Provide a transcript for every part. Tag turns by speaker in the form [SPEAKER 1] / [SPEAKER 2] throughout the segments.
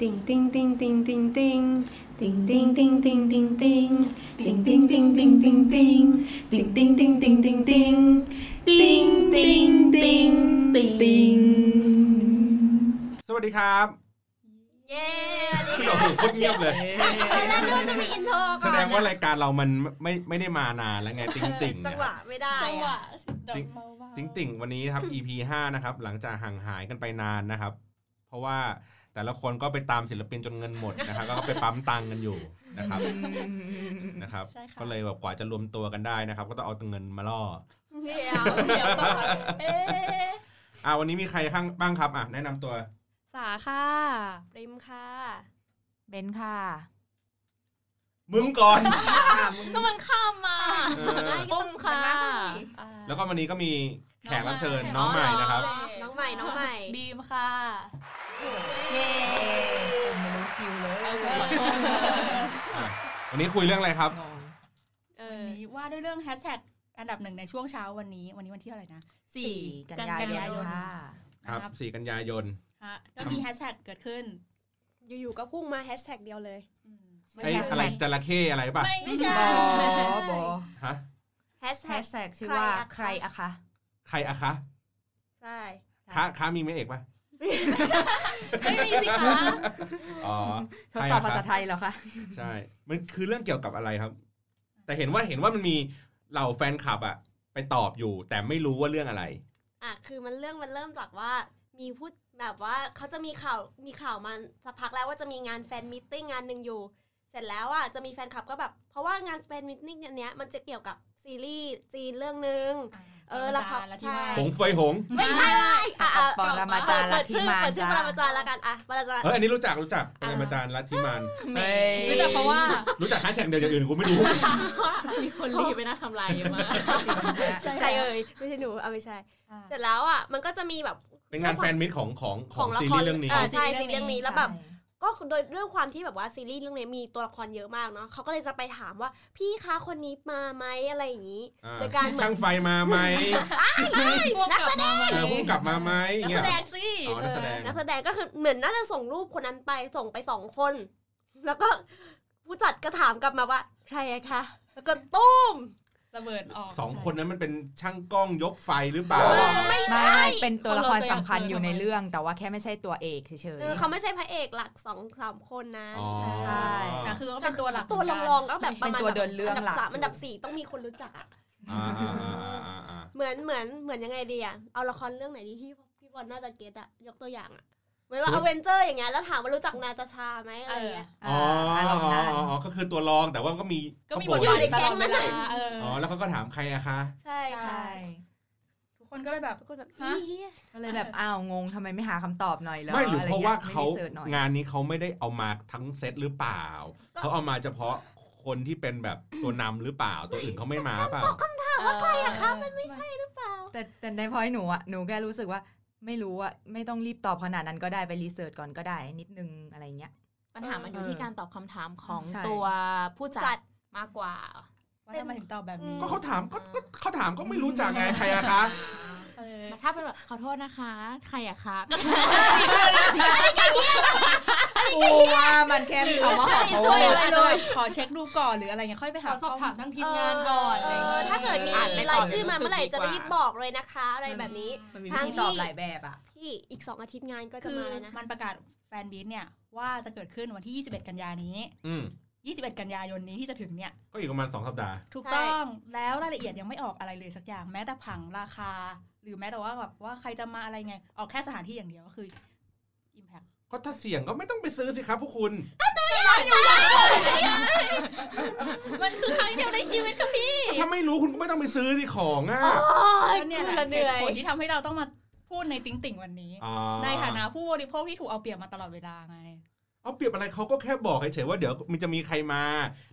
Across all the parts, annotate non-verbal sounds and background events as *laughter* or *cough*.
[SPEAKER 1] ติงติงติงติงติงติงติงติงติงติงติงติงติงติงติงติงติงติงติงติงติงติงติงติงติงติงติงติง
[SPEAKER 2] สวัสดีครับ
[SPEAKER 3] เย้
[SPEAKER 2] โอ้โหโคตรเงียบเลย
[SPEAKER 3] ตอนแรกนึกว่าจะมีอินโทรก่
[SPEAKER 2] แส
[SPEAKER 3] อ
[SPEAKER 2] ด
[SPEAKER 3] น
[SPEAKER 2] งว่ารายการเรามันไม่ไม่ได้มานานแล้วไงติ๊งติ่ง
[SPEAKER 3] จั
[SPEAKER 2] นะครั
[SPEAKER 3] งหวะ
[SPEAKER 2] บ
[SPEAKER 3] ไม่ได้
[SPEAKER 4] จังห
[SPEAKER 3] อะ
[SPEAKER 4] วะ
[SPEAKER 2] ติ๊ง ติ๊งติ่งวันนี้นะครับ EP 5นะครับหลังจากห่างหายกันไปนานนะครับ เพราะว่าแต่ละคนก็ไปตามศิลปินจนเงินหมดนะครับแล้วก็ไปปั๊มตังค์กันอยู่นะครับนะครับ
[SPEAKER 4] ใช่ค่ะ
[SPEAKER 2] ก็เลยแบบกว่าจะรวมตัวกันได้นะครับ ก็ต้องเอาเงินมาล่อ
[SPEAKER 3] เดี๋ยว
[SPEAKER 4] เดี๋ยวก่อนเอ๊ะ
[SPEAKER 2] อ่าวันนี้มีใครข้างบ้างครับอ่ะแนะนำตัว
[SPEAKER 4] สาค่ะ
[SPEAKER 3] ปริมค่ะ
[SPEAKER 5] เบนค่ะ
[SPEAKER 2] มึงก่อน
[SPEAKER 4] ก็มันข้ามมา
[SPEAKER 2] เออ
[SPEAKER 4] ปุ้มค่ะ
[SPEAKER 2] แล้วก็วันนี้ก็มีแขกรับเชิญ
[SPEAKER 4] น้
[SPEAKER 2] น้อ
[SPEAKER 4] อง ง
[SPEAKER 2] ให
[SPEAKER 4] ใหม่
[SPEAKER 2] ม่นะครับ
[SPEAKER 3] น้องใหม่น้องใหม่
[SPEAKER 4] บีมค่ะ
[SPEAKER 5] เย้ไม่รู้คิวเลย
[SPEAKER 2] อ่ะวันนี้คุยเรื่องอะไรครับ
[SPEAKER 5] งง
[SPEAKER 4] เออวันนี้ว่าด้วยเรื่องแฮชแท็กอันดับหนึ่งในช่วงเช้าวันนี้ วันนี้วันที่เท่าไหร่นะ
[SPEAKER 5] สี่กันยายนค่ะ
[SPEAKER 2] ครับสี่กันยายน
[SPEAKER 4] ฮะก็มีแฮชแท็กเกิดขึ้น
[SPEAKER 3] อยู่ๆก็พุ่งมาแฮชแท็กเดียวเลย
[SPEAKER 5] ไม่
[SPEAKER 2] ไอ้
[SPEAKER 5] ใช่
[SPEAKER 2] อะไรจระเข้อะไรป่ะ
[SPEAKER 4] ไม่ใช่
[SPEAKER 5] บอบอ
[SPEAKER 2] ฮะ
[SPEAKER 3] แฮช
[SPEAKER 5] แฮ
[SPEAKER 3] แท็ก
[SPEAKER 5] ชแท็กชื่อว่า
[SPEAKER 3] ใค
[SPEAKER 5] ใค
[SPEAKER 3] ร
[SPEAKER 5] ร
[SPEAKER 3] อะ
[SPEAKER 5] อะ
[SPEAKER 3] คะ
[SPEAKER 5] คะ
[SPEAKER 2] ใครอะคะ
[SPEAKER 3] ใช่
[SPEAKER 2] คะคะมีไหมเอกป่ะ
[SPEAKER 4] ไม่มีสิคะ
[SPEAKER 2] อ๋อ
[SPEAKER 5] ทดสอบ
[SPEAKER 2] ใครอะคะ
[SPEAKER 5] ภาษาไทยเหรอคะ
[SPEAKER 2] ใช่ มันคือเรื่องเกี่ยวกับอะไรครับ แต่เห็นว่าเห็นว่ามันมีเหล่าแฟนคลับอะไปตอบอยู่ แต่ไม่รู้ว่าเรื่องอะไร
[SPEAKER 3] อ่ะคือมันเรื่องมันเริ่มจากว่ามีพูดแบบว่าเขาจะมีข่าวมีข่าวมันสักพักแล้วว่าจะมีงานแฟนมิทติ้งงานหนึ่งอยู่ เสร็จแล้วอ่ะจะมีแฟนคลับก็แบบ เพราะว่างานแฟนมิทติ้งเนี้ยมันจะเกี่ยวกับซีรีส์จีนเรื่องหนึ่ง เออละคร
[SPEAKER 4] ละที่ว่า
[SPEAKER 2] หงเฟยหง
[SPEAKER 3] ไม่ใช่ว่าอ่ะอ่ะ
[SPEAKER 5] ปรมาจารย์
[SPEAKER 3] เปิดชื่อ
[SPEAKER 5] ลัทธิมาร
[SPEAKER 3] เปิดชื่อปร
[SPEAKER 5] จ้า
[SPEAKER 3] มาจารย์ละกันอ่ะปรมาจารย์
[SPEAKER 2] เอออันนี้รู้จักรู้จักป
[SPEAKER 4] อ่า
[SPEAKER 2] รมาจารย์ลัทธิมาน
[SPEAKER 5] เฮ้ย
[SPEAKER 4] รู้จักเพราะว่า
[SPEAKER 2] รู้จักแฮชแท็กเดียวอย่างอื่นกูไม่รู้
[SPEAKER 3] มีคนรีไปนะทำลายเยอะมากใจเอ่ยไม่ใช่หนูเอาไม่ใช่ เสร็จแล้วอ่ะมันก็จะมีแบบ
[SPEAKER 2] เป็นงานแฟนมิตของของของ
[SPEAKER 3] ละ
[SPEAKER 2] ซี
[SPEAKER 3] ค
[SPEAKER 2] รีส์เรื่องนี้
[SPEAKER 3] าใช่
[SPEAKER 4] ของซี
[SPEAKER 3] ซี
[SPEAKER 4] รี
[SPEAKER 3] รี
[SPEAKER 4] ส์
[SPEAKER 3] ส์
[SPEAKER 4] เรื่
[SPEAKER 3] เรื่อ
[SPEAKER 4] องงนี้
[SPEAKER 3] นี้แล้วแบบก็โดยด้วยความที่แบบว่าซีรีส์เรื่องนี้มีตัวละครเยอะมากเนาะเขาก็เลยจะไปถามว่าพี่คะคนนี้มาไหมอะไรอย่างนี้
[SPEAKER 2] อ่า
[SPEAKER 3] โดยการเหมือน
[SPEAKER 2] ช่างไฟมาไหม
[SPEAKER 4] พวกกลับมา
[SPEAKER 2] เออพุ่งกลับมาไหม
[SPEAKER 3] นัก
[SPEAKER 2] เนี่
[SPEAKER 3] แส
[SPEAKER 2] ย
[SPEAKER 3] ดงสิ
[SPEAKER 2] อ๋อนักแสดง
[SPEAKER 3] เออนักแสดงก็คือเหมือนน่าจะส่งรูปคนนั้นไปส่งไปสองคน แล้วก็ผู้จัดก็ถามกลับมาว่า ใครอะคะแล้วก็ตุ้ม
[SPEAKER 4] ระเบิดออก
[SPEAKER 2] สองคนนั้นมันเป็นช่างกล้องยกไฟหรือเปล่า
[SPEAKER 3] ไม่
[SPEAKER 5] ไม่
[SPEAKER 3] ใช่
[SPEAKER 5] ไม่เป็นตัวละครสำคัญอยู่ใน
[SPEAKER 4] คนเราจะอยากเจอ
[SPEAKER 5] เรื่องแต่ว่าแค่ไม่ใช่ตัวเอกเฉย
[SPEAKER 3] เออเขาไม่ใช่พระเอกหลักสองสามคนนะ
[SPEAKER 2] อ๋อ
[SPEAKER 5] ๆใช่
[SPEAKER 4] แต่คือก็เป็นตัวหลัก
[SPEAKER 3] ตัวรองๆก็แบบประมาณ
[SPEAKER 5] เป็นตัวเดินเรื่อง
[SPEAKER 3] อัน
[SPEAKER 5] หลั
[SPEAKER 3] ดับ
[SPEAKER 5] ก
[SPEAKER 3] สามอันดับสี่ต้องมีคนรู้จักอะ
[SPEAKER 2] อ่าอ่าอ่าอ่าอ่า
[SPEAKER 3] เหมือนเหมือนเหมือนยังไงดีอะเอาละครเรื่องไหนดีที่พี่บอลน่าจะเก็ตอะยกตัวอย่างอะเหมือนว่าอเวนเจอร์อย่างเงี้ยแล้วถามว่ารู้จักนาตาชาไหมอะไรอย่างเงี้ย
[SPEAKER 2] อ๋อ
[SPEAKER 5] อารมณ์นั้น
[SPEAKER 2] อ๋ออ๋อก็คือตัวรองแต่ว่ามันก็มี
[SPEAKER 4] ก็มี
[SPEAKER 2] เขาบ่น
[SPEAKER 4] บท
[SPEAKER 3] อยู่ในแก๊งนั้นน่ะ
[SPEAKER 4] เออ
[SPEAKER 2] อ๋อแล้วเขาก็ถามใครอะคะ
[SPEAKER 3] ใช่
[SPEAKER 5] ใช่
[SPEAKER 4] ทุกคนก็เลยแบบ
[SPEAKER 3] ทุกคนแบบ
[SPEAKER 4] ฮะ
[SPEAKER 3] เหี้ย
[SPEAKER 5] ก็เลยแบบอ้าวงงทำไมไม่หาคำตอบหน่อยแล้ว
[SPEAKER 2] ไม่หรือเพราะว่าเขา
[SPEAKER 5] ไม่รีสิร์ชหน่อย
[SPEAKER 2] งานนี้เขาไม่ได้เอามาทั้งเซตหรือเปล่า เขาเอามาเฉพาะคนที่เป็นแบบตัวนำหรือเปล่าตัวอื่นเขาไม่มาเปล่า
[SPEAKER 4] ถามว่าใครอะคะมัน
[SPEAKER 3] ไม่ใช่หรือเปล่า
[SPEAKER 5] แต่แต่ในพอยหนูอะหนูแค่รู้สึกว่าไม่รู้อะไม่ต้องรีบตอบขนาดนั้นก็ได้ไปรีเสิร์ชก่อนก็ได้นิดนึงอะไรเงี้ย
[SPEAKER 6] ปัญหามันอยู่ที่การตอบคำถามของ
[SPEAKER 5] ใช่
[SPEAKER 6] ตัวผู้จั
[SPEAKER 3] จั
[SPEAKER 6] ด
[SPEAKER 3] ด
[SPEAKER 6] มากกว่า
[SPEAKER 4] ว่าทำไมถึงตอบแบบนี้
[SPEAKER 2] ก็เขาถามก็ก็เขาถามก็ไม่รู้จักไงใครอะคะ
[SPEAKER 4] เออ
[SPEAKER 6] ถ้าเป็นแบบขอโทษนะคะ ใครอะคะ
[SPEAKER 5] กูว่ามันแค่มีคำว่าขอโท
[SPEAKER 4] ช่วย
[SPEAKER 5] ษ
[SPEAKER 4] อะไรเลยขอเช็คดูก่อนหรืออะไรเงี้ยค่อยไปหาสอบถามทั้งทีมงานก่อน
[SPEAKER 3] เอ
[SPEAKER 4] อะไรเงี้
[SPEAKER 3] อย ถ้าเกิดมี
[SPEAKER 6] อ่นไป
[SPEAKER 3] ราย
[SPEAKER 6] น
[SPEAKER 3] ชื่อมาเมื่อไหร่จะรีบ
[SPEAKER 6] ก
[SPEAKER 3] บอกเลยนะคะอะไรแบบนี้
[SPEAKER 5] มันมีวิธีตอบหลายแบบอะ
[SPEAKER 3] พี่อีกสองอาทิตย์งานก็จะ
[SPEAKER 4] คือ
[SPEAKER 3] มาแล้วนะ
[SPEAKER 4] มันประกาศแฟนบีทเนี่ยว่าจะเกิดขึ้นวันที่ 21 กันยานี้
[SPEAKER 2] อืม
[SPEAKER 4] 21 กันยายนนี้ที่จะถึงเนี่ย
[SPEAKER 2] ก็อีกประมาณสองสัปดาห์
[SPEAKER 4] ถูกต้องแล้วรายละเอียดยังไม่ออกอะไรเลยสักอย่างแม้แต่ผังราคา หรือแม้แต่ว่าแบบว่าใครจะมาอะไรไง ออกแค่สถานที่อย่างเดียวก็คือ Impact
[SPEAKER 2] ก็ถ้าเสี่ยงก็ไม่ต้องไปซื้อสิครับพวกคุณ
[SPEAKER 4] มันคือครั้งเดียวในชีวิตค่ะพี่
[SPEAKER 2] ถ้าไม่รู้คุณก็ไม่ต้องไปซื้อสิของอ่ะ
[SPEAKER 4] ก็เนี่ยแหละเหตุผลที่ทำให้เราต้องมาพูดในติ๊งติ่งวันนี้
[SPEAKER 2] อ๋อ
[SPEAKER 4] ในฐานะผู้บริโภคที่ถูกเอาเปรียบมาตลอดเวลาไง
[SPEAKER 2] เอาเปรียบอะไรเขาก็แค่บอกเฉยๆว่าเดี๋ยวมันจะมีใครมา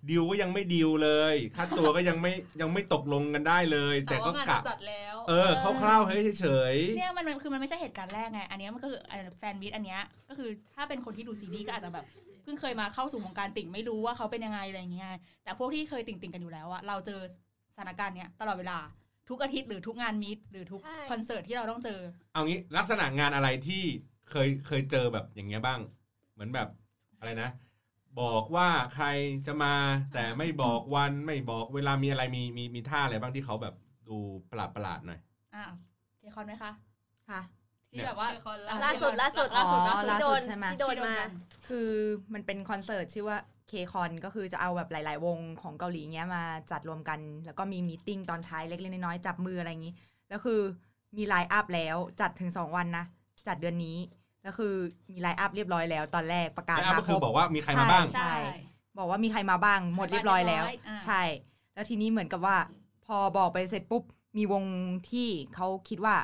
[SPEAKER 2] ดิวก็ยังไม่ดิวเลยค่าตัวก็ยังไม่ยังไม่ตกลงกันได้เลย แต่ก็กะ
[SPEAKER 3] จัดแล้ว
[SPEAKER 2] เออคร่าวๆให้เฉยๆ
[SPEAKER 4] เนี่ยมันมันคือมันไม่ใช่เหตุการณ์แรกไง อันเนี้ยมันก็คืออันแฟนมิตอันเนี้ยก็คือถ้าเป็นคนที่ดูซีรีส์ก็อาจจะแบบเพิ่งเคยมาเข้าสู่วงการติ่งไม่รู้ว่าเขาเป็นยังไงอะไรเงี้ยแต่พวกที่เคยติ่งติ่งๆกันอยู่แล้วอะเราเจอสถานการณ์เนี้ยตลอดเวลาทุกอาทิตย์หรือทุกงานมิตหรือทุกคอนเสิร์ตที่เราต้องเจอ
[SPEAKER 2] เอางี้ลักษณะงานอะไรที่เคยเคยเจอแบบอย่างเงี้ยบ้าง เหมือนแบบอะไรนะ บอกว่าใครจะมาแต่ไม่บอกวันไม่บอกเวลามีอะไรมีมีมีท่าอะไรบ้างที่เขาแบบดูประหลาดประหลาดๆหน่อย
[SPEAKER 4] อ่าเคคอนไหมคะ
[SPEAKER 5] ค่ะ
[SPEAKER 4] ที่แบบว่า
[SPEAKER 7] เคคอนล่า
[SPEAKER 4] อ่ะ
[SPEAKER 3] ล่าสุดล่าสุด
[SPEAKER 5] อ๋อ
[SPEAKER 3] ล่าสุด
[SPEAKER 5] ล่า
[SPEAKER 3] ที่โดน
[SPEAKER 5] สุดใช่ไหม
[SPEAKER 3] ที่โดนมา
[SPEAKER 5] คือมันเป็นคอนเสิร์ตชื่อว่าเคคอนก็คือจะเอาแบบหลาย ๆ วงของเกาหลีเงี้ยมาจัดรวมกัน แล้วก็มีมีตติ้งตอนท้ายเล็ก ๆ น้อย ๆ จับมืออะไรอย่างนี้ แล้วคือมีไลน์อัพแล้วจัดถึง 2 วันนะ จัดเดือนนี้ แล้วคือมีไลน์อัพเรียบร้อยแล้วตอนแรกประกาศ
[SPEAKER 2] แล้วอัพก็คือ
[SPEAKER 5] ร
[SPEAKER 2] บอกว่ามีใครมาบ้าง
[SPEAKER 5] ใช่ บอกว่ามีใครมาบ้าง หมดเรียบร้อยแล้ว
[SPEAKER 4] า
[SPEAKER 5] ใช่ แล้วทีนี้เหมือนกับว่า พอบอกไปเสร็จปุ๊บ มีวงที่เขาคิดว่า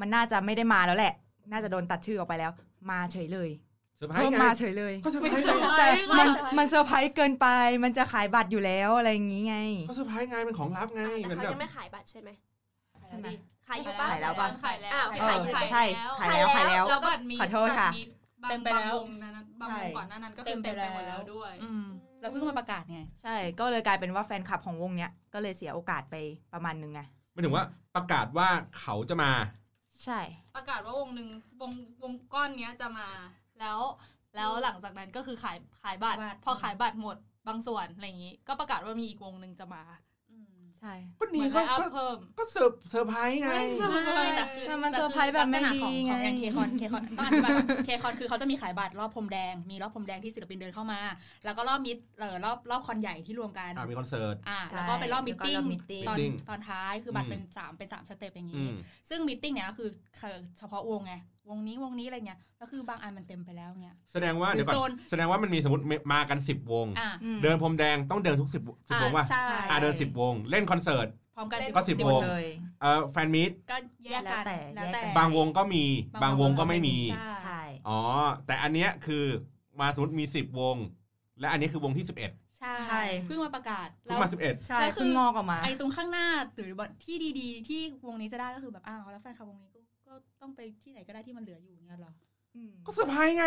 [SPEAKER 5] มันน่าจะไม่ได้มาแล้วแหละ น่าจะโดนตัดชื่อออกไปแล้ว มาเฉยเลย
[SPEAKER 2] เซอร์ไพร
[SPEAKER 5] เพิ่
[SPEAKER 2] ส์
[SPEAKER 5] ม
[SPEAKER 2] ไง
[SPEAKER 5] มาเฉยเลย
[SPEAKER 2] ก็เซอร์ไพรส์ไง
[SPEAKER 5] แต่
[SPEAKER 3] ไม่
[SPEAKER 5] มัน
[SPEAKER 3] เซอร์ไพรส์
[SPEAKER 5] มันเซอร์ไพรส์เกินไป มันจะขายบัตรอยู่แล้วอะไรอย่างงี้ไง
[SPEAKER 2] ก็เซอร์ไพรส์ไงเป็นของลับไง
[SPEAKER 3] อ่ะแต่
[SPEAKER 2] เป็น
[SPEAKER 3] เขา
[SPEAKER 2] แบบ
[SPEAKER 3] ยังไม่ขายบัตรใช่ไหม
[SPEAKER 5] ใช่ไหม
[SPEAKER 3] ขายอยู่ปะ
[SPEAKER 5] ขายแล้วปะ
[SPEAKER 7] ขายแล้ว
[SPEAKER 3] อ้าว
[SPEAKER 7] ขาย
[SPEAKER 5] เอ
[SPEAKER 7] แล้ว
[SPEAKER 5] อ
[SPEAKER 3] ขาย
[SPEAKER 5] ใช่ขายแล้วขายแล้ว
[SPEAKER 7] แล้วบัตรมี
[SPEAKER 5] ขอโทษค่ะ
[SPEAKER 7] บัตรมีบาง
[SPEAKER 4] เต็มไปแล้ว
[SPEAKER 7] บางวงนั้นนะบางวงก่อนหน้านั้นก็คือเต็มไปหมดแล้วด้วย
[SPEAKER 4] อืมเราเพิ่งมาประกาศไง
[SPEAKER 5] ใช่ ก็เลยกลายเป็นว่าแฟนคลับของวงเนี้ย ก็เลยเสียโอกาสไปประมาณนึงไง
[SPEAKER 2] ไม่ถึงว่าประกาศว่าเขาจะมา
[SPEAKER 5] ใช่
[SPEAKER 7] ประกาศว่าวงหนึ่งวงวงก้อนเนี้ยจะมา แล้ว แล้วหลังจากนั้นก็คือขายขายบัตร
[SPEAKER 4] บัตร
[SPEAKER 7] พอขายบัตรหมดบางส่วนอะไรอย่างนี้ก็ประกาศว่ามีอีกวงหนึ่งจะมา
[SPEAKER 5] ใช่
[SPEAKER 2] ก็
[SPEAKER 7] เห
[SPEAKER 2] นี่
[SPEAKER 7] มือน
[SPEAKER 2] ก็
[SPEAKER 7] ไลน์อัพ
[SPEAKER 2] ก็
[SPEAKER 7] เพิ่ม
[SPEAKER 2] ก็เซอร์เซอร์ไพรส์ไง
[SPEAKER 4] ไม่แต่คือ
[SPEAKER 5] แต่มันเซอร์ไพรส์แบบไม่ดีไง
[SPEAKER 4] ลักษณะของของอย่างเคคอนเคคอนต้องอธิบายเคคอนคือเขาจะมีขายบัตรรอบพรมแดง มีรอบพรมแดงที่ศิลปินเดินเข้ามา แล้วก็รอบมิดเออรอบรอบคอนใหญ่ที่รวมกัน
[SPEAKER 2] อ่ามีคอนเสิร์ต
[SPEAKER 4] อ่าแล้วก็เป็นรอบมิทติ้ง
[SPEAKER 5] แล้วก็รอบ meeting
[SPEAKER 4] ตอน
[SPEAKER 2] meeting
[SPEAKER 4] ตอนท้ายคือบัตรเป็น
[SPEAKER 2] อืม
[SPEAKER 4] สามเป็นสามสเต็ปอย่าง
[SPEAKER 2] อื
[SPEAKER 4] นี้
[SPEAKER 2] ม
[SPEAKER 4] ซึ่งมิทติ้งเนี่ยก็คือเฉพาะวงไงวงนี้วงนี้อะไรเงี้ยแล้วคือบางอันมันเต็มไปแล้วเงี้ย
[SPEAKER 2] แสดงว่า
[SPEAKER 4] หรือ
[SPEAKER 2] เดี๋ยวก่อ
[SPEAKER 4] โซน
[SPEAKER 2] นแสดงว่ามันมีสมมติมากันสิบวง
[SPEAKER 4] อ่า
[SPEAKER 5] อืม
[SPEAKER 2] เดินพรมแดงต้องเดินทุกสิบสิบวงว่า
[SPEAKER 4] ใช่
[SPEAKER 5] อ่
[SPEAKER 2] อ่าเดินสิบวง เล่นคอนเสิร์ต
[SPEAKER 4] พร้อมกัน
[SPEAKER 2] ก็สิบ
[SPEAKER 5] หม
[SPEAKER 2] ว
[SPEAKER 5] ด
[SPEAKER 2] ง
[SPEAKER 5] เลย
[SPEAKER 2] เอ่อแฟนมีต
[SPEAKER 4] ก็แยกกัน
[SPEAKER 5] แล้วแต่
[SPEAKER 2] บางวงก็มีบางวงก็ไม่มี
[SPEAKER 4] ใช่
[SPEAKER 5] ใช่
[SPEAKER 2] อ๋อ แต่อันเนี้ยคือมาสมมติมีสิบวง และอันนี้คือวงที่สิบเอ็ด
[SPEAKER 5] ใช่
[SPEAKER 4] ใช่เพิ่งมาประกาศ
[SPEAKER 2] เพิ่งมาสิบเอ็ด
[SPEAKER 5] ใช่เพิ่งงอกออกมา
[SPEAKER 4] ไอ้ตรงข้างหน้าหรือว่าที่ดีๆ ที่วงนี้จะได้ก็คือแบบอ้าวแล้วแฟนคลับวงนี้ก็ก็ต้องไปที่ไหนก็ได้ที่มันเหลืออยู่เงี้ยเหรอ
[SPEAKER 2] ก็เซอร์ไพรส์ไง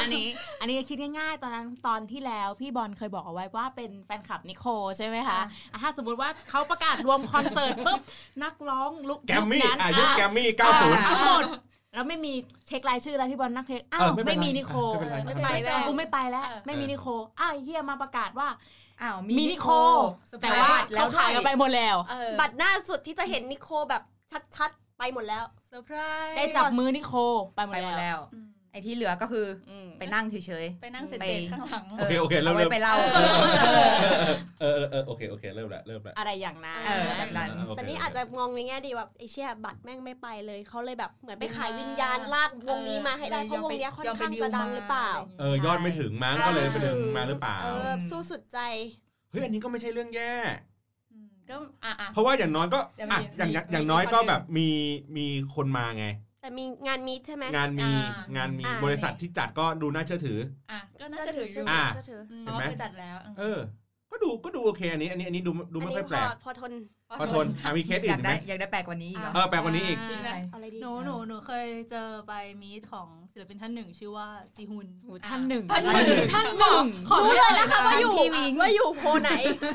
[SPEAKER 6] อันนี้ อันนี้คิดง่ายๆ ตอนนั้นตอนที่แล้วพี่บอลเคยบอกเอาไว้ว่าเป็นแฟนคลับนิโคลใช่ไหมคะ
[SPEAKER 4] ค่ะ
[SPEAKER 6] อ่ะถ้าสมมุติว่าเขาประกาศรวมคอนเสิร์ตปุ๊บนักร้องลุก
[SPEAKER 2] *laughs* แกรมมี่
[SPEAKER 6] ยุคนั้น
[SPEAKER 2] อ่ะยุคแกรมมี่เก้า
[SPEAKER 6] อ่ะ
[SPEAKER 2] ศูนย์
[SPEAKER 6] ทั้งหมดแล้วไม่มีเช็ครายชื่อแล้วพี่บอลนักเพลงอ้าว
[SPEAKER 2] เออไม่เป็น
[SPEAKER 6] ไม่มี
[SPEAKER 2] ไร
[SPEAKER 6] นิโคล
[SPEAKER 2] ไม่เป็นไร
[SPEAKER 6] เออแล้วกูไม่ไปแล้ว
[SPEAKER 4] เออ
[SPEAKER 6] ไม่มีนิโคลอ้าวไอ้เฮียมาประกาศว่า
[SPEAKER 5] อ้าว
[SPEAKER 6] มีนิโค แต่
[SPEAKER 5] ขย
[SPEAKER 6] ว่า
[SPEAKER 5] บัร
[SPEAKER 6] เขาขายกันไปหมดแล้ว
[SPEAKER 3] บัตรหน้าสุดที่จะเห็นนิโคแบบชัดๆ ไปหมดแล้ว
[SPEAKER 7] เซอร์ไพรส์
[SPEAKER 6] ได้จับมือนิโคลไปหม
[SPEAKER 5] ไป
[SPEAKER 6] ด
[SPEAKER 5] หมด
[SPEAKER 6] แล้ว
[SPEAKER 5] แล้ว
[SPEAKER 4] อืม
[SPEAKER 5] ไอ้ที่เหลือก็คือ
[SPEAKER 6] อืม
[SPEAKER 5] ไปนั่งเฉย
[SPEAKER 4] ไปนั่งเสร็จ
[SPEAKER 5] ไป
[SPEAKER 4] ๆข้างหลัง
[SPEAKER 2] โอเคโอเค
[SPEAKER 5] ๆ
[SPEAKER 2] เริ่
[SPEAKER 5] เอา
[SPEAKER 2] ม
[SPEAKER 5] ไว้
[SPEAKER 2] เริ่ม
[SPEAKER 5] ไปเล่า
[SPEAKER 2] เออเออเออโอเคโอเคเริ่มละเริ่มละ
[SPEAKER 6] อะไรอย่างนั้น
[SPEAKER 5] เออแบบนั้น
[SPEAKER 2] โเค
[SPEAKER 3] แต่นี่อาจจะมองในแง่ดีแบบไอเชี่ยบัตรแม่งไม่ไปเลยเขาเลยแบบเหมือนไปขายวิญญาณลากวงนี้มาให้ได้เพราะวงเนี้ยค่อนข้างจะดังหรือเปล่า
[SPEAKER 2] เออยอดไม่ถึงมั้ง
[SPEAKER 3] ใช่
[SPEAKER 2] ก็เลยไปดึงมาหรือเปล่า
[SPEAKER 3] เออสู้สุดใจ
[SPEAKER 2] เฮ้ยอันนี้ก็ไม่ใช่เรื่องแย่
[SPEAKER 4] อืมก็อ่ะอ่ะ
[SPEAKER 2] เพราะว่าอย่างน้อยก็
[SPEAKER 4] แต่มี
[SPEAKER 2] อ่ะอย่าง
[SPEAKER 4] มี
[SPEAKER 2] อย่างอ
[SPEAKER 4] มี
[SPEAKER 2] ย่างน้อย
[SPEAKER 4] มีคน
[SPEAKER 2] ก็แบบมีมีคนมาไง
[SPEAKER 3] แต่มีงานมีตใช่ไหม
[SPEAKER 2] งานมี
[SPEAKER 4] อ่าง
[SPEAKER 2] งานมี
[SPEAKER 3] อ่า
[SPEAKER 2] บริษัทที่จัดก็ดูน่าเชื่อถือ
[SPEAKER 4] อ่ะก็น่าจะถืออยู่
[SPEAKER 3] เชื่
[SPEAKER 2] ะ
[SPEAKER 3] เชื่อถือ
[SPEAKER 2] เห็น
[SPEAKER 4] เพราะ
[SPEAKER 2] ไหม
[SPEAKER 4] ว่าเคยจัดแล้ว
[SPEAKER 2] เออ ก็ดูก็ดูโอเค อันนี้ อันนี้อันนี้ดูดูไม่ค่อยแปลก
[SPEAKER 3] นนี้พอพอทน
[SPEAKER 2] พอทนอ่ะมีเคส
[SPEAKER 5] อ
[SPEAKER 2] อื่
[SPEAKER 5] ยาน ก
[SPEAKER 2] อีกไห
[SPEAKER 5] ได้
[SPEAKER 2] ม
[SPEAKER 5] อยากได้แปลกกว่านี้อีกเหรอ
[SPEAKER 2] เออแปลกกว่านี้อีก
[SPEAKER 5] ใช่
[SPEAKER 3] อะไรดี
[SPEAKER 7] หนูหนูหนูเคยเจอไปมีตของศิลปินท่านหนึ่งชื่อว่าจีฮุน
[SPEAKER 6] โอ้ท่านหนึ่ง
[SPEAKER 7] ท่านหนึ่ง
[SPEAKER 6] ท่านหนึ่ง
[SPEAKER 7] ขอ
[SPEAKER 3] รู้เลยนะคะว่าอยู่
[SPEAKER 5] ทีวี
[SPEAKER 3] ว่าอยู่โพไหน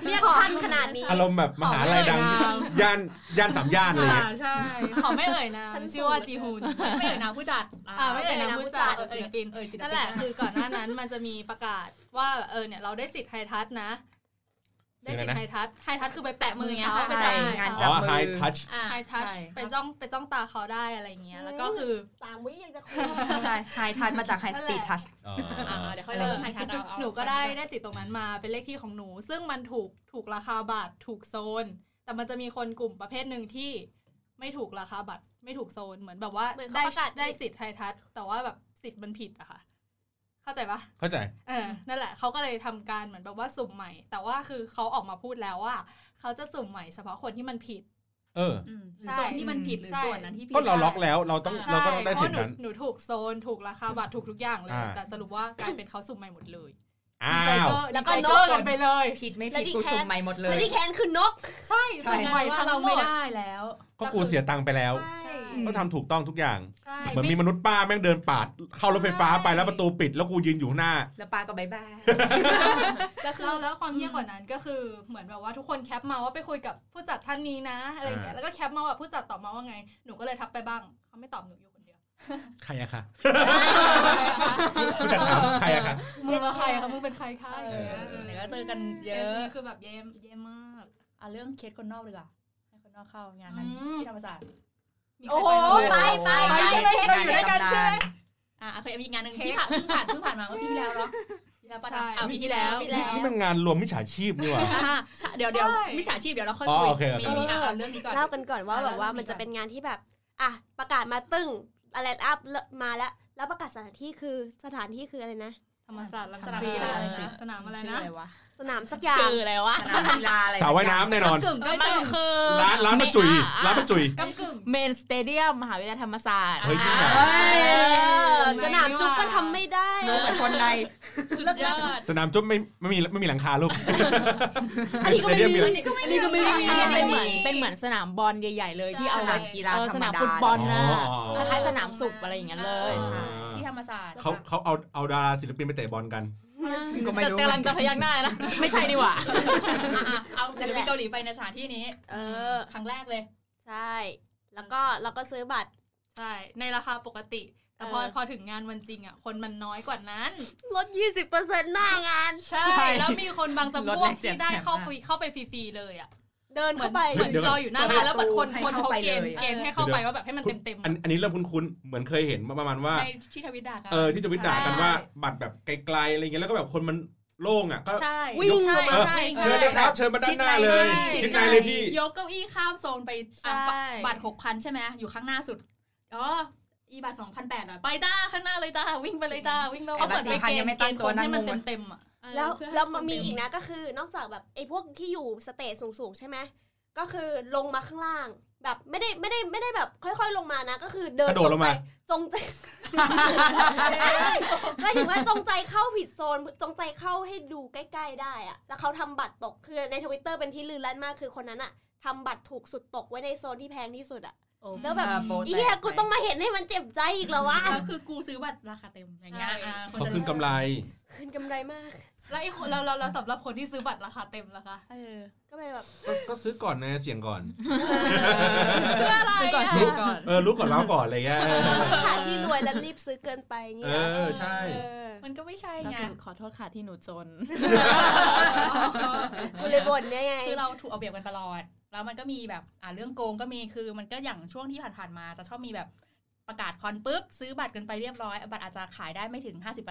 [SPEAKER 3] เรียกท่านขนาดนี้
[SPEAKER 2] อารมณ์แบบมหาลัยดัง
[SPEAKER 7] ขอไม่เอ่ยนาม
[SPEAKER 2] ย่านย่านสามย่านอะไรเงี้ย
[SPEAKER 7] อ่าใช่ ขอไม่เอ่ยนาม
[SPEAKER 3] ฉัน
[SPEAKER 7] ชื่อว่า
[SPEAKER 3] สูง
[SPEAKER 7] จีฮุน
[SPEAKER 4] ไม่เอ่ยนามผู้จัด
[SPEAKER 7] อ่าไม่เอ่ยนามผู้จัด
[SPEAKER 4] เอ่ย
[SPEAKER 7] ศิลปิน
[SPEAKER 4] เอ่ยศิลปิน
[SPEAKER 7] นั่นแหละคือก่อนหน้านั้นมันจะมีประกาศว่าเออเนี่ยเราได้สิทธิ์ไฮทัชนะ ได้สิทธิ์ไฮทัชไฮทัชคือไปแตะมือเขา
[SPEAKER 6] ใช่
[SPEAKER 7] ไปจับมือ
[SPEAKER 5] ใช่งานจั
[SPEAKER 2] อ๋
[SPEAKER 5] บ
[SPEAKER 2] อ
[SPEAKER 7] เขา
[SPEAKER 5] มือ
[SPEAKER 2] high touch
[SPEAKER 6] อ่า
[SPEAKER 7] ไฮทัช
[SPEAKER 6] ใช่
[SPEAKER 7] ไปจ้องไปจ้องตาเขาได้อะไรอย่างเงี้ยแล้วก็คือ
[SPEAKER 3] สามวิยังจะคุย
[SPEAKER 5] ใช่ไฮทัชมาจากไฮสปีดทัช
[SPEAKER 2] อ๋อ
[SPEAKER 4] อ่ะเดี๋ยวค่อยเล่าให้ทัดเอาเอา
[SPEAKER 7] หนูก็ได้ได้สิทธิ์ตรงนั้นมาเป็นเลขที่ของหนู ซึ่งมันถูกถูกราคาบัตรถูกโซน แต่มันจะมีคนกลุ่มประเภทหนึ่งที่ไม่ถูกราคาบัตรไม่ถูกโซนเหมือนแบบว่าได้ได้สิทธิ์ไทยทัศน์แต่ว่าแบบสิทธิ์มันผิดอะค่ะ เข้าใจปะ
[SPEAKER 2] เข้าใจ
[SPEAKER 7] เออ นั่นแหละเขาก็เลยทำการเหมือนแบบว่าสุ่มใหม่ แต่ว่าคือเขาออกมาพูดแล้วว่าเขาจะสุ่มใหม่เฉพาะคนที่มันผิด
[SPEAKER 2] เออ
[SPEAKER 4] อืมหรือ
[SPEAKER 7] ใช่
[SPEAKER 4] ส่วนที่มันผิดหรือ
[SPEAKER 7] ใช่
[SPEAKER 4] ส่วนนั้นที่ผิด
[SPEAKER 2] ก็เราล็อกแล้วเราต้องเราก็ต้องได้
[SPEAKER 7] เพ
[SPEAKER 2] สิท
[SPEAKER 7] ราะ
[SPEAKER 2] ธิ์
[SPEAKER 7] หนู
[SPEAKER 2] นั้น
[SPEAKER 7] หนูถูกโซนถูกราคาบัตรถูกทุกอย่างเลย
[SPEAKER 2] อ่า
[SPEAKER 7] แต่สรุปว่ากลายเป็นเขาสุ่มใหม่หมดเลย
[SPEAKER 2] อ้า
[SPEAKER 7] ใจ
[SPEAKER 2] ว
[SPEAKER 7] เกอร์
[SPEAKER 5] แล้วก็
[SPEAKER 7] ดีใจ
[SPEAKER 5] โน้
[SPEAKER 7] เกอ
[SPEAKER 5] ต
[SPEAKER 7] ร์กันไปเลย
[SPEAKER 5] ผิดไม่
[SPEAKER 3] และ
[SPEAKER 5] ผิด
[SPEAKER 3] ที่
[SPEAKER 5] กู
[SPEAKER 3] แค
[SPEAKER 5] สุ่ม
[SPEAKER 3] น
[SPEAKER 5] ใหม่หมดเล
[SPEAKER 3] และ
[SPEAKER 5] ย
[SPEAKER 3] ที่แคนคือนก
[SPEAKER 7] ใช่
[SPEAKER 5] ใช่
[SPEAKER 7] สุ่มใหม่
[SPEAKER 4] ว่า
[SPEAKER 7] ทั้ง
[SPEAKER 4] เรา
[SPEAKER 7] หม
[SPEAKER 4] ไม่
[SPEAKER 7] ด
[SPEAKER 4] ได้แล้ว
[SPEAKER 2] ก็กูเสียตังค์ไปแล้ว
[SPEAKER 7] ใช่
[SPEAKER 2] ก็ทำถูกต้องทุกอย่าง
[SPEAKER 7] ใช่
[SPEAKER 2] เหมือนมีมนุษย์ป้าแม่งเดินปาด เข้ารถไฟฟ้าไปแล้วประตูปิด แล้วกูยืนอยู่ข้างหน้า
[SPEAKER 5] แล้วปาก็บายบาย
[SPEAKER 7] แล้วคือแล้วความเหี้ยกว่านั้นก็คือเหมือนแบบว่าทุกคนแคปมาว่าไปคุยกับผู้จัดท่านนี้นะอะไรอย่างเงี้ย
[SPEAKER 2] อ่า
[SPEAKER 7] แล้วก็แคปมาว่าผู้จัดตอบมาว่าไงหนูก็เลยทักไปบ้างเขาไม่ตอบหนูอยู่คนเดียว
[SPEAKER 2] ใครอะคะ
[SPEAKER 7] กู
[SPEAKER 2] กูจะถามใครอะคะ
[SPEAKER 7] มึงละใครคะมึง *laughs* เป็นใครคะ
[SPEAKER 4] เออเดี๋ยวก็เจอกันเย
[SPEAKER 7] เย
[SPEAKER 4] อะ
[SPEAKER 7] อะคือแบบเย่เย่มาก
[SPEAKER 4] อ่ะเรื่องเคสคนนอกเลยอ่ะให้คนนอกเข้างานนั้น
[SPEAKER 7] อืม
[SPEAKER 4] ที่ธรรมศาสตร์
[SPEAKER 7] มีใคร
[SPEAKER 3] โอ้โห
[SPEAKER 7] ไป
[SPEAKER 3] ไป
[SPEAKER 7] ด้วย
[SPEAKER 3] ไป
[SPEAKER 5] ไป
[SPEAKER 3] ไป
[SPEAKER 5] ใช่ไหมเราอยู่ด้วยกันใช่ไหม
[SPEAKER 4] อ่ะเคยมีอีกงานหนึ่ง
[SPEAKER 7] เคส
[SPEAKER 4] ที่ผ่านเพิ่งผ่านเพิ่งผ่านมาเมื่อปีที่แล้วเนาะปีที่แล้วปะ
[SPEAKER 7] ใช่
[SPEAKER 4] นะอ่ะปีที่แล้ว
[SPEAKER 3] ปีที่แล้ว
[SPEAKER 2] นี่มันงานรวมมิจฉาชีพนี่หว่า
[SPEAKER 4] อ่ะใช่เดี๋ยวเดี๋ยว
[SPEAKER 7] ใช่
[SPEAKER 4] มิจฉาชีพเดี๋ยวเราค่อย
[SPEAKER 2] อ๋อ
[SPEAKER 4] คุย
[SPEAKER 2] โอเคโอเค
[SPEAKER 4] มีมีอ่ะเอาเรื่องนี้ก่อน
[SPEAKER 3] เล่ากันก่อนว่า
[SPEAKER 4] อ่ะ
[SPEAKER 3] แบบว่า
[SPEAKER 4] เล่ามั
[SPEAKER 3] มันจะ
[SPEAKER 4] ก่อน
[SPEAKER 3] เป็นงานที่แบบอ่ะประกาศมาตึ้งอะไรอัพมาแล้ว แล้วประกาศสถานที่คือสถานที่คืออะไรนะ
[SPEAKER 7] ธรรมศาสตร์รัง
[SPEAKER 4] ส
[SPEAKER 7] สิ
[SPEAKER 4] นาม
[SPEAKER 7] ต
[SPEAKER 4] กีฬาอะไรนะ
[SPEAKER 7] สนามอะไร
[SPEAKER 6] ชื่
[SPEAKER 7] นะ
[SPEAKER 6] ไรว
[SPEAKER 3] สนามสักอย่าง
[SPEAKER 6] ชื่ออะไรวะ
[SPEAKER 5] สนามกีฬาอะไร
[SPEAKER 2] สาวว่ายน้ำแน่นอน
[SPEAKER 7] กึ่งก็
[SPEAKER 6] มัน
[SPEAKER 7] กึ่ง
[SPEAKER 6] คือ
[SPEAKER 2] ร้านร้านประจุยร้านประจุย
[SPEAKER 7] กำกึ่ง
[SPEAKER 6] เมนสเตเดียมมหาวิทยาลัยธรรมศาสตร์
[SPEAKER 2] เฮ้ย
[SPEAKER 6] อ่า
[SPEAKER 3] เออสนามจุ๊บก็ทำไม่ได้
[SPEAKER 5] รู้เหมือนคนใน
[SPEAKER 6] สุดยอด
[SPEAKER 2] สนามจุ๊บไม่ไม่มีไม่มีหลังคาลูก
[SPEAKER 3] อันนี้ก็ไม่มี
[SPEAKER 2] อั
[SPEAKER 3] อันนี้ก็ไม่มี
[SPEAKER 6] อันนี้เป็นเหมือนเป็นเหมือนสนามบอลใหญ่ ๆ เลยที่เอาไว้
[SPEAKER 5] กีฬา
[SPEAKER 6] เออ
[SPEAKER 5] ธรรมดา
[SPEAKER 6] สนามฟุตบอลนะ
[SPEAKER 2] อ๋อ
[SPEAKER 6] คล้ายๆสนามสุบอะไรอย่างเงี้ยเลย
[SPEAKER 5] ใช่
[SPEAKER 4] ที่ธรรมศาสตร์
[SPEAKER 2] เขาเขาเอาเอาดาราศิลปินไปเตะบอลกัน
[SPEAKER 5] ก็ไม่รู้
[SPEAKER 6] กำลังจะพยักหน้านะ ไม่ใช่นี่หว่า
[SPEAKER 4] อ่ะอ่ะเอาศิลปินเกาหลีไปในสถานที่นี้
[SPEAKER 3] เออ
[SPEAKER 4] ครั้งแรกเลย
[SPEAKER 3] ใช่ แล้วก็เราก็ซื้อบัตร
[SPEAKER 7] ใช่ ในราคาปกติ แต่พอ
[SPEAKER 3] เออ
[SPEAKER 7] พอถึงงานวันจริงอ่ะ คนมันน้อยกว่านั้น
[SPEAKER 3] ลด 20%หน้างาน
[SPEAKER 7] ใช่
[SPEAKER 5] ใช่
[SPEAKER 7] แล้วมีคนบางจำ
[SPEAKER 5] ล
[SPEAKER 7] พ
[SPEAKER 5] ด
[SPEAKER 7] ว
[SPEAKER 5] แร
[SPEAKER 7] ก
[SPEAKER 5] กเจ็ด
[SPEAKER 7] ที่ได้
[SPEAKER 5] แถม
[SPEAKER 7] เข้า
[SPEAKER 5] ห้า
[SPEAKER 7] ไปเข้าไปฟรีๆเลยอ่ะ
[SPEAKER 3] เดิน
[SPEAKER 7] เหมือ
[SPEAKER 3] เข้าน ไป
[SPEAKER 7] เหมือน
[SPEAKER 2] เดี๋ยว
[SPEAKER 7] ร
[SPEAKER 2] ก่อน
[SPEAKER 7] ออยู่หน้างานแล้วแบบคน
[SPEAKER 5] ให้
[SPEAKER 7] คน
[SPEAKER 5] เข้า
[SPEAKER 7] เขา
[SPEAKER 5] ไป
[SPEAKER 7] เกณฑ์
[SPEAKER 5] เลย
[SPEAKER 7] เกณฑ์ให้เข้าไปว่าแบบให้มันเต็มเต็มๆ
[SPEAKER 2] อันอันนี้เริ่มคุ้นๆ เหมือนเคยเห็นประมาณว่า
[SPEAKER 4] ในที่ทวิตด่ากัน
[SPEAKER 2] เออที่จะวิจารณ์กันว่าบัตรแบบไกลๆอะไรเงี้ยแล้วก็แบบคนมันโล่งอ่ะก็
[SPEAKER 4] ใช่
[SPEAKER 3] วิ่ง
[SPEAKER 4] ใช่
[SPEAKER 2] เออ
[SPEAKER 4] ใช่
[SPEAKER 2] เชิ
[SPEAKER 4] ใช่
[SPEAKER 2] ญเลยครับเชิญมาด้านหน้าเลย
[SPEAKER 4] ชิ
[SPEAKER 2] ชิ
[SPEAKER 4] ด
[SPEAKER 2] ด
[SPEAKER 4] ใน
[SPEAKER 2] ในเลยพี่
[SPEAKER 4] ยกเก้าอี้ข้ามโซนไปอ่ะ
[SPEAKER 7] ใช่
[SPEAKER 4] บัตรหกพันใช่ไหมอยู่ข้างหน้าสุดอ๋ออีบัตรสองพันแปดอ่ะไปจ้าข้างหน้าเลยจ้าวิ่งไปเลยจ้าวิ่งแล้ว
[SPEAKER 7] เขาเหมือน
[SPEAKER 5] ไอ้บัตรสี่
[SPEAKER 7] ไปเก
[SPEAKER 5] พันยั
[SPEAKER 7] ณ
[SPEAKER 5] งไม่
[SPEAKER 7] ฑ์
[SPEAKER 5] ตั้
[SPEAKER 7] เกณ
[SPEAKER 5] ง
[SPEAKER 7] ฑ์
[SPEAKER 5] ตั
[SPEAKER 7] ค
[SPEAKER 5] วน นั่
[SPEAKER 7] ให้
[SPEAKER 5] ง
[SPEAKER 7] มัน
[SPEAKER 5] ดู
[SPEAKER 7] เต็มเต็มๆอ่ะ
[SPEAKER 3] แล้ว
[SPEAKER 4] เพื่ให้
[SPEAKER 3] แล้ว
[SPEAKER 4] คเต็
[SPEAKER 3] มีอีกนะก็คือนอกจากแบบไอ้พวกที่อยู่สเตจสูงๆใช่ไหมก็คือลงมาข้างล่าง แบบไม่ได้ไม่ได้ไม่ได้แบบค่อย ๆ ลงมานะ ก็คือเดิน
[SPEAKER 2] กระโดดลงมา
[SPEAKER 3] จงใจหมายถึงว่าจ *laughs* งใจเข้าผิดโซนจงใจเข้าให้ดูใกล้ ๆ ได้อะแล้วเขาทำบัตรตกคือในทวิตเตอร์เป็นที่ลือลั่นมากคือคนนั้นอะทำบัตรถูกสุดตกไว้ในโซนที่แพงที่สุดอะแล้วแบบอีเหี้ยกูต้องมาเห็นให้มันเจ็บใจอีกเหรอวะ
[SPEAKER 4] แล้วคือกูซื้อบัตรราคาเต็มอย่างเงี้ย
[SPEAKER 7] ใช่
[SPEAKER 4] อ่ะคน
[SPEAKER 2] เขา
[SPEAKER 4] จะ
[SPEAKER 2] ขึ้นกำไร
[SPEAKER 3] ขึ้นกำไรมาก
[SPEAKER 7] แล้วไอ้คนเราเราเราสำหรับคนที่ซื้อบัตรราคาเต็มล่ะคะ
[SPEAKER 4] เออ
[SPEAKER 3] ก็เลยแบบ
[SPEAKER 2] ก็ก็ซื้อก่อนนะเสี่ยงก่อน
[SPEAKER 7] เพื่ออะไร
[SPEAKER 6] ซื้อก่อน
[SPEAKER 7] อ่ะ
[SPEAKER 6] ซื้อก่อน
[SPEAKER 2] เออรู้ก่อนเล่าก่อนอะไรเงี้ยเออ
[SPEAKER 3] ขาดที่รวยแล้วรีบซื้อเกินไปเงี้ย
[SPEAKER 2] เออใช่
[SPEAKER 3] เออ
[SPEAKER 4] มันก็ไม่ใช่
[SPEAKER 6] แล้ว
[SPEAKER 4] ไง
[SPEAKER 6] คือขอโทษค่ะที่หนูจน
[SPEAKER 3] กูเลยบ่นเนี่ยไง
[SPEAKER 4] คือเราถูกเอาเปรียบกันตลอด แล้วมันก็มีแบบอ่ะเรื่องโกงก็มีคือมันก็อย่างช่วงที่ผ่านๆมาจะชอบมีแบบประกาศคอนปุ๊บซื้อบัตรกันไปเรียบร้อยบัตรอาจจะขายได้ไม่ถึง 50%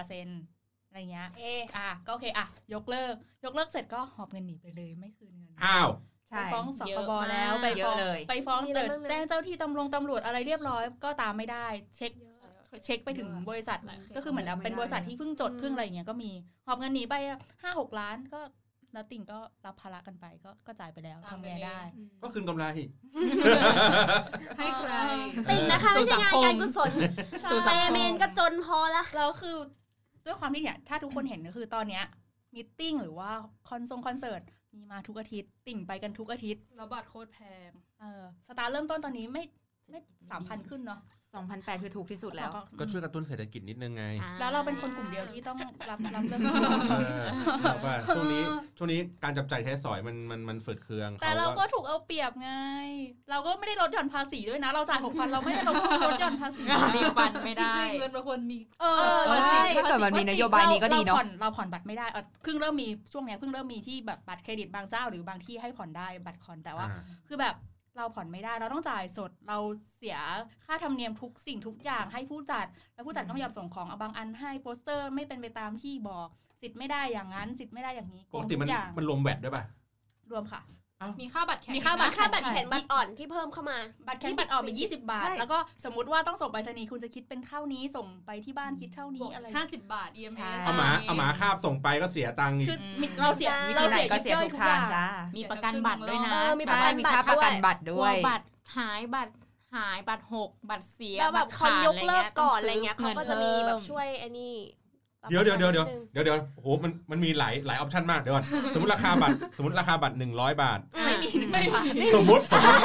[SPEAKER 4] อะไรเงี้ย
[SPEAKER 3] เอะ
[SPEAKER 4] อ่ะก็โอเคอ่ะยกเลิก ยกเลิกเสร็จก็หอบเงินหนีไปเลยไม่คืนเงิน
[SPEAKER 2] อ้าว
[SPEAKER 5] ใช่
[SPEAKER 4] ไปฟ้องส
[SPEAKER 6] เย
[SPEAKER 4] ค
[SPEAKER 6] อะ
[SPEAKER 4] บ
[SPEAKER 6] มาก
[SPEAKER 4] แล้วไป
[SPEAKER 5] เย
[SPEAKER 4] ฟ้อ
[SPEAKER 5] อะ
[SPEAKER 4] ง
[SPEAKER 5] เลย
[SPEAKER 4] ไปฟ้องเติดแจ้งเจ้าที่ตำรวจตำรวจอะไรเรียบร้อย ก็ตามไม่ได้ เช็คเช็คไปถึงบริษัท ก็คือเหมือนแบบเป็นบริษัทที่เพิ่งจดเพิ่งอะไรอย่างเงี้ยก็มีหอบเงินหนีไปห้าหกล้านก็แล้วติ่งก็รับภาระกันไปก็ก็จ่ายไปแล้วทำไงได้
[SPEAKER 2] ก็คืนกำไร
[SPEAKER 7] ให้ใคร
[SPEAKER 3] ติงนะคะ ไม่ใช่งานการกุศล
[SPEAKER 4] สู่สั
[SPEAKER 3] เป
[SPEAKER 4] งคม
[SPEAKER 3] เมนก็จนพอละ
[SPEAKER 4] แล้วคือด้วยความที่เนี่ยถ้าทุกคนเห็นก็คือตอนเนี้ยมีตติ้งหรือว่าคอนซงคอนเสิร์ตมีมาทุกอาทิตย์ติ่งไปกันทุกอาทิตย์
[SPEAKER 7] แล้วบัตรโคตรแพง
[SPEAKER 4] เออสตาร์เริ่มต้นตอนนี้ไม่ไม่สามพันขึ้นเนาะ
[SPEAKER 6] 2008 คือถูกที่สุดแล้ว
[SPEAKER 4] 2,000
[SPEAKER 2] ก็ช่วยกระตุ้นเศรษฐกิจนิดนึงไง
[SPEAKER 4] แล้วเราเป็นคนกลุ่มเดียวที่ต้องรับรับเรื่องนี้
[SPEAKER 6] *laughs*
[SPEAKER 2] เออแบบว่าช่วงนี้ช่วงนี้การจับจ่ายใช้สอยมันมันมันฝืดเคือง
[SPEAKER 4] แต่เรา
[SPEAKER 2] ข
[SPEAKER 4] ก็ถูกเอาเปรียบไง เราก็ไม่ได้ลดหย่อนภาษีด้วยนะ เราจ่ายหกพันเราไม่ได้ลดลดหย่อนภาษี
[SPEAKER 6] รีฟันไม่
[SPEAKER 7] จ
[SPEAKER 6] ได้
[SPEAKER 7] ริงๆมันควรมี
[SPEAKER 4] เอ
[SPEAKER 7] อใช่
[SPEAKER 5] ถ้าเกิดมันมีนโยบายนี้ก็ดีเนอะ
[SPEAKER 4] รผ่อเราผ่อนบัตรไม่ได้เออเพิ่งเริ่มมีช่วงเนี้ยเพิ่งเริ่มมีที่แบบบัตรเครดิตบางเจ้าหรือบางที่ให้ผ่อนได้บัตรคอนแต่ว่า
[SPEAKER 2] อ่า
[SPEAKER 4] คือแบบเราผ่อนไม่ได้เราต้องจ่ายสดเราเสียค่าธรรมเนียมทุกสิ่งทุกอย่างให้ผู้จัด แล้วผู้จัดก็ไม่ยอมส่งของเอาบางอันให้โปสเตอร์ไม่เป็นไปตามที่บอก สิทธิ์ไม่ได้อย่างนั้น สิทธิ์ไม่ได้อย่างนี้
[SPEAKER 2] ปกติมัน
[SPEAKER 4] ทุอย่าง
[SPEAKER 2] มันรวมแวดด้วยป่ะ
[SPEAKER 4] รวมค่ะ
[SPEAKER 7] มีค่าบัตรแข็ง
[SPEAKER 4] มีค่าบัตร
[SPEAKER 3] ค่าบัตรแข็งบัตรอ่อนที่เพิ่มเข้ามา
[SPEAKER 4] บัตรเครดิตออกเป็น20 บาท
[SPEAKER 5] ใช่
[SPEAKER 4] แล้วก็สมมติว่าต้องส่งไปรษณีย์คุณจะคิดเป็นเท่านี้ส่งไปที่บ้านคิดเท่านี้อะไร
[SPEAKER 7] ห้าสิบบาท EMS
[SPEAKER 4] ใช่
[SPEAKER 2] เอาหมาเอาหมาคาบส่งไปก็เสียตังค์อีก
[SPEAKER 4] คือ
[SPEAKER 6] อืม
[SPEAKER 4] มีเราเสีย
[SPEAKER 3] วิธี
[SPEAKER 4] เรา
[SPEAKER 5] ที่ไหนก็เสี
[SPEAKER 4] เสียยิบ
[SPEAKER 5] ย
[SPEAKER 4] ย่อย
[SPEAKER 5] ทุก
[SPEAKER 4] ทุก
[SPEAKER 5] ทา
[SPEAKER 4] อง ย่าง
[SPEAKER 5] จ้า
[SPEAKER 6] มีประกันบัตรด้วยนะ
[SPEAKER 3] เออมีป
[SPEAKER 5] ใช่
[SPEAKER 3] ระกัน
[SPEAKER 5] มีค่าประกันบัตร
[SPEAKER 6] กลั
[SPEAKER 5] ด้
[SPEAKER 6] ว
[SPEAKER 5] วย
[SPEAKER 6] บัตรหายบัตรหายบัตรหกบัตรเสีย
[SPEAKER 3] แล้วแบบ
[SPEAKER 6] ตร
[SPEAKER 3] ค
[SPEAKER 6] ขาน ด
[SPEAKER 3] ยกเลิกก่อนอะไรเงี้ย
[SPEAKER 6] ต้
[SPEAKER 3] เขา
[SPEAKER 6] ซื้
[SPEAKER 3] ก็จะมีแบบช่วยไอ้นี่
[SPEAKER 2] เดี๋ยวเดี๋ยวเดี๋ยวเดี๋ยวเดี๋ยวเดี๋ยวโอ้โหมันมันมีหลายหลายออปชันมากเดี๋ยวก่อนสมมติราคาบัตรสมมติราคาบัตร100 บาท
[SPEAKER 3] ไม่มี
[SPEAKER 7] ไม่มี
[SPEAKER 2] สมมติสมมติ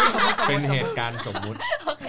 [SPEAKER 2] เป็นเหตุการณ์สมมุติ
[SPEAKER 7] โอเค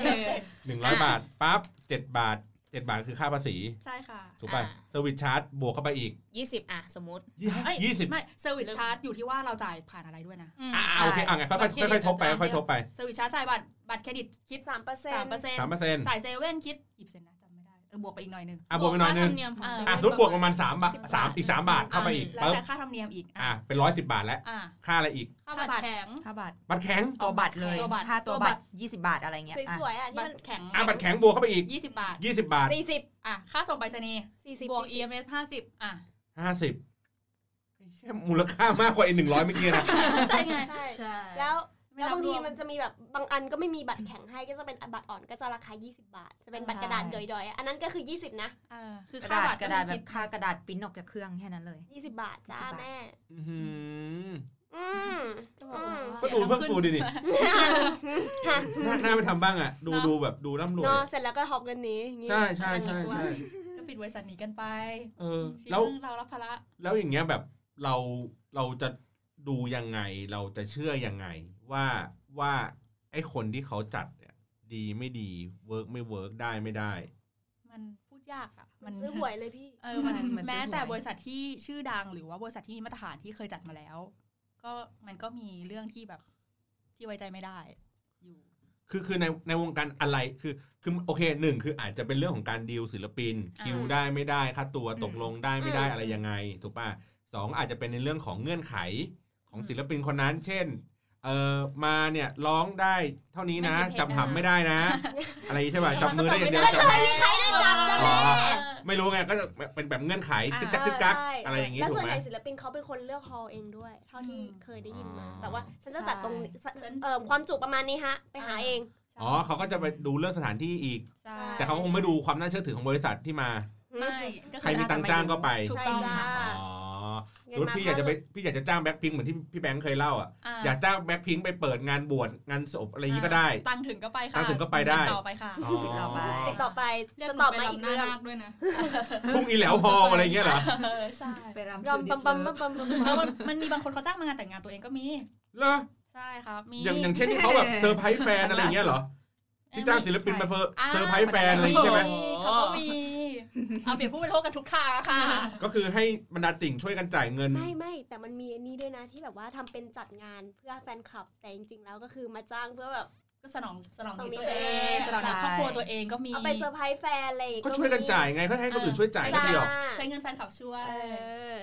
[SPEAKER 2] 100 บาทปั๊บ7บาท เจ็ดบาทคือค่าภาษี
[SPEAKER 4] ใช่ค่ะ
[SPEAKER 2] ถูกป่ะ
[SPEAKER 6] อ่า
[SPEAKER 2] เซอร์วิสชาร์จบวกเข้าไปอีก
[SPEAKER 6] ยี่สิบอ่ะสมมติ
[SPEAKER 4] เอ้
[SPEAKER 2] ยี่สิบ
[SPEAKER 4] ไม่เซอร์วิสชาร์จอยู่ที่ว่าเราจ่ายผ่านอะไรด้วยนะ
[SPEAKER 2] อ่าโอเคอ่ะไงค่อยๆค่อยๆทบไปค่อยๆทบไป
[SPEAKER 4] เซอร์วิสชาร์จจ่ายบัตรบัตรเครดิตคิด
[SPEAKER 3] สามเปอร์เซ็น
[SPEAKER 4] สาม
[SPEAKER 3] ต์
[SPEAKER 4] เปอร์เซ็นต์
[SPEAKER 2] สามเปอร์เซ็นต์
[SPEAKER 4] จ่ายเซเว่นคิดกี่เปอร์เซ็นต์นะจำไม่ได้เออบวกไปอีกหน่อยหนึง
[SPEAKER 2] อ่ะบวกไปหน่อยนึง
[SPEAKER 7] บวกค่าธรรมเมของ
[SPEAKER 4] อ่า
[SPEAKER 7] เซ
[SPEAKER 2] อ่ะส
[SPEAKER 7] เว่น
[SPEAKER 2] มมติบวกประมาณสามบาท
[SPEAKER 6] สิบบาท
[SPEAKER 2] สามอีกสามบาทเข้าไปอีก
[SPEAKER 4] แล้ว
[SPEAKER 2] ปึ๊บ
[SPEAKER 4] แต่ค่าธรรมเนียมอีก
[SPEAKER 2] อ่ะเป็นร้อยสิบบาทแล้ว
[SPEAKER 4] อ่า
[SPEAKER 2] ค่าอะไรอีก
[SPEAKER 7] ค่าบัตรแข็ง
[SPEAKER 5] ค่าบัตร
[SPEAKER 2] บัตรแข็ง
[SPEAKER 5] ตัวบัตรเลย
[SPEAKER 4] ตัวบัตร
[SPEAKER 5] ค่าตัว
[SPEAKER 7] ตัวบั
[SPEAKER 5] บั
[SPEAKER 7] ต
[SPEAKER 5] ต
[SPEAKER 7] ร
[SPEAKER 5] รยี่สิบบาทอะไรเงี้ยอ่ะ
[SPEAKER 3] สวยๆอ่ะที่
[SPEAKER 4] บัต
[SPEAKER 3] มัน
[SPEAKER 4] รแข็ง
[SPEAKER 2] อ่ะบัตรแข็งบวกเข้าไปอีก
[SPEAKER 4] ยี่สิบบาท
[SPEAKER 2] ยี่สิบบาท
[SPEAKER 3] สี่สิบ
[SPEAKER 4] อ่ะค่าส่งไปรษณีย์
[SPEAKER 3] สี่สิบบ
[SPEAKER 7] วก
[SPEAKER 3] สี่สิบ
[SPEAKER 7] EMS 50
[SPEAKER 4] อ่ะ
[SPEAKER 2] ห้าสิบมูลค่ามากกว่าไอ้หนึ่งร้อยเมื่อกี้นะ
[SPEAKER 4] ใช่ไง
[SPEAKER 3] ใช่
[SPEAKER 7] ใช่
[SPEAKER 3] แล้ว
[SPEAKER 4] ไม่
[SPEAKER 3] แล้
[SPEAKER 4] รับบ
[SPEAKER 3] วางที
[SPEAKER 4] รวม
[SPEAKER 3] มันจะมีแบบบางอันก็ไม่มีบัตรแข็งให้ก็จะเป็นบัตรอ่อนก็จะราคา 20 บาท จะเป็นบัตรกระดาษ
[SPEAKER 4] ใช่
[SPEAKER 3] ดอยๆอ่ะอันนั้นก็คือ 20 นะ
[SPEAKER 4] เออคือก
[SPEAKER 5] ระ
[SPEAKER 4] ค่า
[SPEAKER 5] ดาษ
[SPEAKER 4] บัตร
[SPEAKER 5] กระดาษแบ
[SPEAKER 4] คิ
[SPEAKER 5] บค่ากระดาษปริ้นออกจากเครื่องแค่นั้นเลย
[SPEAKER 3] 20 บาทจ้า
[SPEAKER 5] 20บาท
[SPEAKER 3] แม่
[SPEAKER 2] อื้อหือ
[SPEAKER 3] อืมอืม
[SPEAKER 2] ก็ดูเฟื่องฟูดีดิ
[SPEAKER 3] ฮะ
[SPEAKER 2] น่าน่าไปทำบ้างอ่ะ ดูดูแบบดูร่ำรวย
[SPEAKER 3] เนาะเสร็จแล้วก็หอบเงินหนี้อย่างงี้
[SPEAKER 2] ใช่ใช่ใช่
[SPEAKER 3] อันนี้กลัว
[SPEAKER 2] ใช่
[SPEAKER 4] ก็ปิดบริษัทนี้กันไป
[SPEAKER 2] เออ
[SPEAKER 4] ที่
[SPEAKER 2] แล้ว
[SPEAKER 4] เรื่องเรารับภาระ
[SPEAKER 2] แล้วอย่างเงี้ยแบบเราเราจะดูยังไงเราจะเชื่อยังไง ว่าว่าไอ้คนที่เขาจัดเนี่ยดีไม่ดีเวิร์กไม่เวิร์กได้ไม่ได้
[SPEAKER 4] มันพูดยากอ่ะ มัน
[SPEAKER 3] ซื้อหวยเลยพี่
[SPEAKER 4] เออมัน
[SPEAKER 5] เหมือนซื้อหวย
[SPEAKER 4] แม้แต่บริษัทที่ชื่อดังหรือว่าบริษัทที่มีมาตรฐานที่เคยจัดมาแล้ว ก็มันก็มีเรื่องที่แบบที่ไว้ใจไม่ได้ อยู่
[SPEAKER 2] คือคือในในวงการอะไรคือคือโอเคหนึ่งคืออาจจะเป็นเรื่องของการดีลศิลปิน
[SPEAKER 4] อ่า
[SPEAKER 2] คิวได้ไม่ได้ค่าตัว
[SPEAKER 4] อืม
[SPEAKER 2] ตกลงได้ไม่ได้
[SPEAKER 3] อืม
[SPEAKER 2] อะไรยังไงถูกป่ะสองอาจจะเป็นในเรื่องของเงื่อนไขของศิลปินคนนั้น เช่นเออมาเนี่ยร้องได้เท่านี้นะ
[SPEAKER 6] ไม่มีเพลง
[SPEAKER 2] จับหำไม่ได้นะ อะไรใช่ป่ะจับมือได้อย่างเดียว
[SPEAKER 3] ไม่
[SPEAKER 2] จับ
[SPEAKER 3] เคยมีใครได้จับจ้ะ
[SPEAKER 2] อ๋
[SPEAKER 3] แม่
[SPEAKER 2] อ ไม่รู้ไงก็จะเป็นแบบเงื่อนไข
[SPEAKER 4] อ่า
[SPEAKER 2] จึกจักจึกจัก
[SPEAKER 3] ใช่
[SPEAKER 2] อะไรอย่างงี้
[SPEAKER 3] แล้ว
[SPEAKER 2] ถู
[SPEAKER 3] ส่
[SPEAKER 2] ก
[SPEAKER 3] วน
[SPEAKER 2] ไหม
[SPEAKER 3] ใหญ่ศิลปินเขาเป็นคนเลือกฮอลเองด้วย เท่าที่
[SPEAKER 4] อืม
[SPEAKER 3] เคยได้ยินมา
[SPEAKER 2] อ๋อ
[SPEAKER 3] แบบว่าฉันจะจัดตรงนี้
[SPEAKER 4] ฉัน
[SPEAKER 3] เอ่อความจุประมาณนี้ฮะ ไปหาเอง
[SPEAKER 2] อ๋อเขาก็จะไปดูเรื่องสถานที่อีก
[SPEAKER 4] ใช่
[SPEAKER 2] แต่เขาคงไม่ดูความน่าเชื่อถือของบริษัทที่มา
[SPEAKER 4] ไม่ก็
[SPEAKER 2] ใครมีตังค์จ้างก็ไป
[SPEAKER 4] ถูก
[SPEAKER 3] ใช่
[SPEAKER 4] ต้อง
[SPEAKER 3] จ้า
[SPEAKER 4] ค่ะ
[SPEAKER 2] อ๋อสมมติพี่อยากจะไปพี่อยากจะจ้างแบ็คพิงเหมือนที่พี่แบงค์เคยเล่าอ่ะ
[SPEAKER 4] ะ
[SPEAKER 2] อยากจ้างแบ็คพิงไปเปิดงานบวชงานศพอะไรอย่างงี้ก็ได้
[SPEAKER 4] ตังค์ถึงก็ไปค่ะ
[SPEAKER 2] ตังค์ถึงก็ไปได้
[SPEAKER 4] ติต่อไปค่ะ
[SPEAKER 2] อ๋อ
[SPEAKER 5] ติดต่อไป
[SPEAKER 3] ติดต่อไปจะตอบ
[SPEAKER 7] เรียกหนูไป
[SPEAKER 3] มาอีก
[SPEAKER 7] ลำหน้า
[SPEAKER 3] เรื่อง
[SPEAKER 7] นาคด้วยนะ
[SPEAKER 2] พรุ่งนี้แล้วฮออะไรอย่างเงี้ยเหรอ
[SPEAKER 4] เออใช่
[SPEAKER 5] ไปรำ
[SPEAKER 3] ยอมปั๊มปั๊มปั๊มปั๊มปั๊ม
[SPEAKER 4] มันมันมีบางคนเขาจ้างมางานแต่งงานตัวเองก็มี
[SPEAKER 2] เหรอ
[SPEAKER 4] ใช่ครับมี
[SPEAKER 2] อย่างอย่างเช่นที่เขาแบบเซอร์ไพรส์แฟนอะไรอย่างเงี้ยเหรอที่จ้างศิลปินมาเซอร์ไพรส์แฟนอะไรอย่างงี้ใช่ไหม
[SPEAKER 4] เขาก็มีเอาเปรียบผู้บริโภคกันทุกทางอะค่ะ
[SPEAKER 2] ก็คือให้บรรดาติ่งช่วยกันจ่ายเงิน
[SPEAKER 3] ไม่ไม่แต่มันมีอันนี้ด้วยนะที่แบบว่าทำเป็นจัดงานเพื่อแฟนคลับ แต่จริงๆแล้วก็คือมาจ้างเพื่อแบบ
[SPEAKER 4] ก็สนองสนอง
[SPEAKER 3] สนอง
[SPEAKER 4] ตัว
[SPEAKER 3] ตัว
[SPEAKER 4] เอ
[SPEAKER 3] เอง ง
[SPEAKER 4] สนองครอบครัวตัวเองก็มี
[SPEAKER 3] เอาไปเซอร์ไพรส์แฟนอะไร
[SPEAKER 2] ก็ช่วยกันจ่ายไงก็ให้คนอื่นช่วยจ่าย
[SPEAKER 4] เออ
[SPEAKER 2] ก็
[SPEAKER 3] จ้า
[SPEAKER 2] เดียว
[SPEAKER 4] ใช้เงินแฟนคลับช่วย
[SPEAKER 3] เออ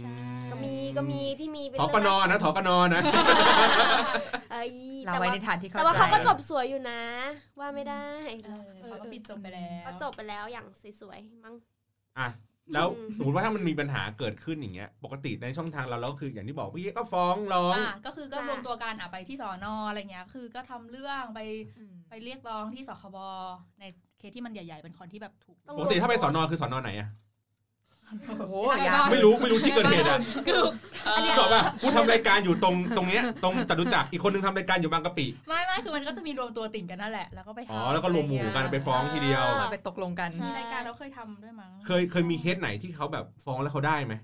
[SPEAKER 4] ใช่
[SPEAKER 3] ก็มีก็มีที่มีเป็น
[SPEAKER 2] ถอกนอนะถอกนอนะ
[SPEAKER 3] เอ้ย
[SPEAKER 5] เรา
[SPEAKER 3] แต่
[SPEAKER 5] ไว้
[SPEAKER 3] ว่า
[SPEAKER 5] ในฐานที่
[SPEAKER 3] แต่
[SPEAKER 5] เข้า
[SPEAKER 3] ว่า
[SPEAKER 5] ใจ
[SPEAKER 3] เขาก็จบสวยอยู่นะ ว่าไม่ได้
[SPEAKER 4] เออเขาก็ปิดจบไปแล้ว
[SPEAKER 3] เขาจบไปแล้วอย่างสวยๆมั้ง
[SPEAKER 2] อ่ะแล้ว
[SPEAKER 3] อืม
[SPEAKER 2] สมมติว่าถ้ามันมีปัญหาเกิดขึ้นอย่างเงี้ย ปกติในช่องทางเราแล้วคืออย่างที่บอกเมื่อกี้ก็ฟ้องร้อง
[SPEAKER 4] อ่ะก็คือก็รวมตัวกันอ่ะไปที่สอนออะไรเงี้ย คือก็ทำเรื่องไป
[SPEAKER 5] อืม
[SPEAKER 4] ไปเรียกร้องที่สคบในเคสที่มันใหญ่ ๆ เป็นคนที่แบบถูก
[SPEAKER 3] ต้อง
[SPEAKER 2] ปกติถ้าไปสอนอคือสอนอไหนอ่ะ
[SPEAKER 5] โอ้โห
[SPEAKER 7] ไป
[SPEAKER 5] ยา
[SPEAKER 7] บ้าน
[SPEAKER 5] ก
[SPEAKER 2] ไม่รู้ไม่รู้ที่เกิดเหตุอ่ะ
[SPEAKER 4] อันเนี้ย
[SPEAKER 2] ตอบว่ากูทำรายการอยู่ตรงตรงเนี้ยตรงจตุจักรอีกคนนึงทำรายการอยู่บางกะปิ
[SPEAKER 4] ไม่ไม่คือมันก็จะมีรวมตัวติ่งกันนั่นแหละ แล้วก็ไป
[SPEAKER 2] อ๋อ
[SPEAKER 4] ทำ
[SPEAKER 2] แล้วก็รวมหมู่กันไปฟ้องทีเดียว
[SPEAKER 5] มาไปตกลงกัน
[SPEAKER 4] มีรายการเราเคยทำด้วยมั้ง
[SPEAKER 2] เคยเคยมีเคสไหนที่เขาแบบฟ้องแล้วเขาได้ไหม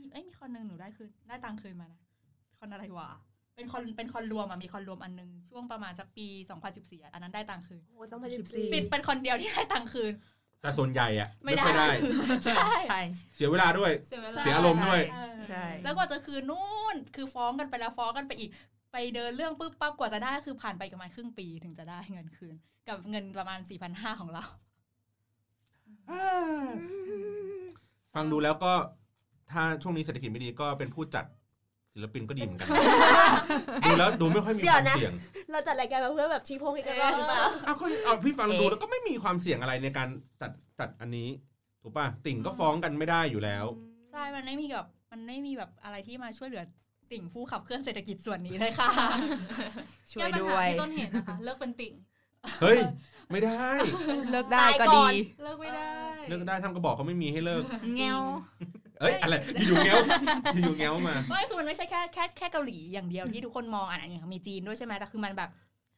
[SPEAKER 4] มีเอ้ยมีคนหนึ่งหนูได้คืนได้ตังค์คืนมานะคอนอะไรวะเป็นคอนเป็นคอนรวมอ่ะมีคอนรวมอันหนึงช่วงประมาณสักปี 2014อะอันนั้นได้ตังค์คืน
[SPEAKER 3] โอ้ต้องมาสิบสี่
[SPEAKER 4] ปิดเป็นคนเดียวที่ได้ตังค์คืน
[SPEAKER 2] แต่ส่วนใหญ่อ่ะ
[SPEAKER 4] ไม่ได้
[SPEAKER 2] ค่อยได้
[SPEAKER 5] ใช่ใช่
[SPEAKER 2] เสียเวลาด้วย
[SPEAKER 7] เสียเว
[SPEAKER 2] เสีย
[SPEAKER 7] ลา
[SPEAKER 2] อารมณ์ด้วย
[SPEAKER 4] เออ
[SPEAKER 5] ใช่
[SPEAKER 4] แล้วกว่าจะคืนนู่นคือฟ้องกันไปแล้วฟ้องกันไปอีก ไปเดินเรื่องปุ๊บปั๊บกว่าจะได้คือผ่านไปประมาณครึ่งปีถึงจะได้เงินคืน กับเงินประมาณ4ี่พันห้าของเรา
[SPEAKER 2] ฟังดูแล้วก็ถ้าช่วงนี้เศรษฐกิจไม่ดีก็เป็นผู้จัดศิลปินก็ดีเหมือนกัน *laughs* ดูแล้วดูไม่ค่อยมีความเสี่ยง
[SPEAKER 3] เราจัดรายการมาเพื่อแบบชี้โพงอีกรอบหรือเปล่า
[SPEAKER 2] อ้าวก็เอาพี่ฟังดูแล้วก็ไม่มีความเสี่ยงอะไรในการจัดจัดอันนี้ ถูกป่ะติ่งก็ฟ้องกันไม่ได้อยู่แล้ว
[SPEAKER 4] ใช่ มันไม่มีแบบมันไม่มีแบบอะไรที่มาช่วยเหลือติ่งผู้ขับเคลื่อนเศรษฐกิจส่วนนี้เลยค่ะ
[SPEAKER 5] ช่วยด้วย
[SPEAKER 7] แก้ปัญหาที่ต้นเหตุนะคะเลิกเป็นติ่ง
[SPEAKER 2] เฮ้ย ไม่ได้
[SPEAKER 5] เลิกได้ก็ดี
[SPEAKER 7] เลิกไม่ได้
[SPEAKER 2] เลิกได้ทำกระบอกเขาไม่มีให้เลิก
[SPEAKER 6] เงว
[SPEAKER 2] เอ้ยอะไรอยู่ๆแง้ว *laughs* อยู่ๆแง้วมา
[SPEAKER 4] ไม่คือมันไม่ใช่แค่แค่แค่เกาหลีอย่างเดียวที่ทุกคนมองอ่ะอย่างมีจีนด้วยใช่ไหมแต่คือมันแบบ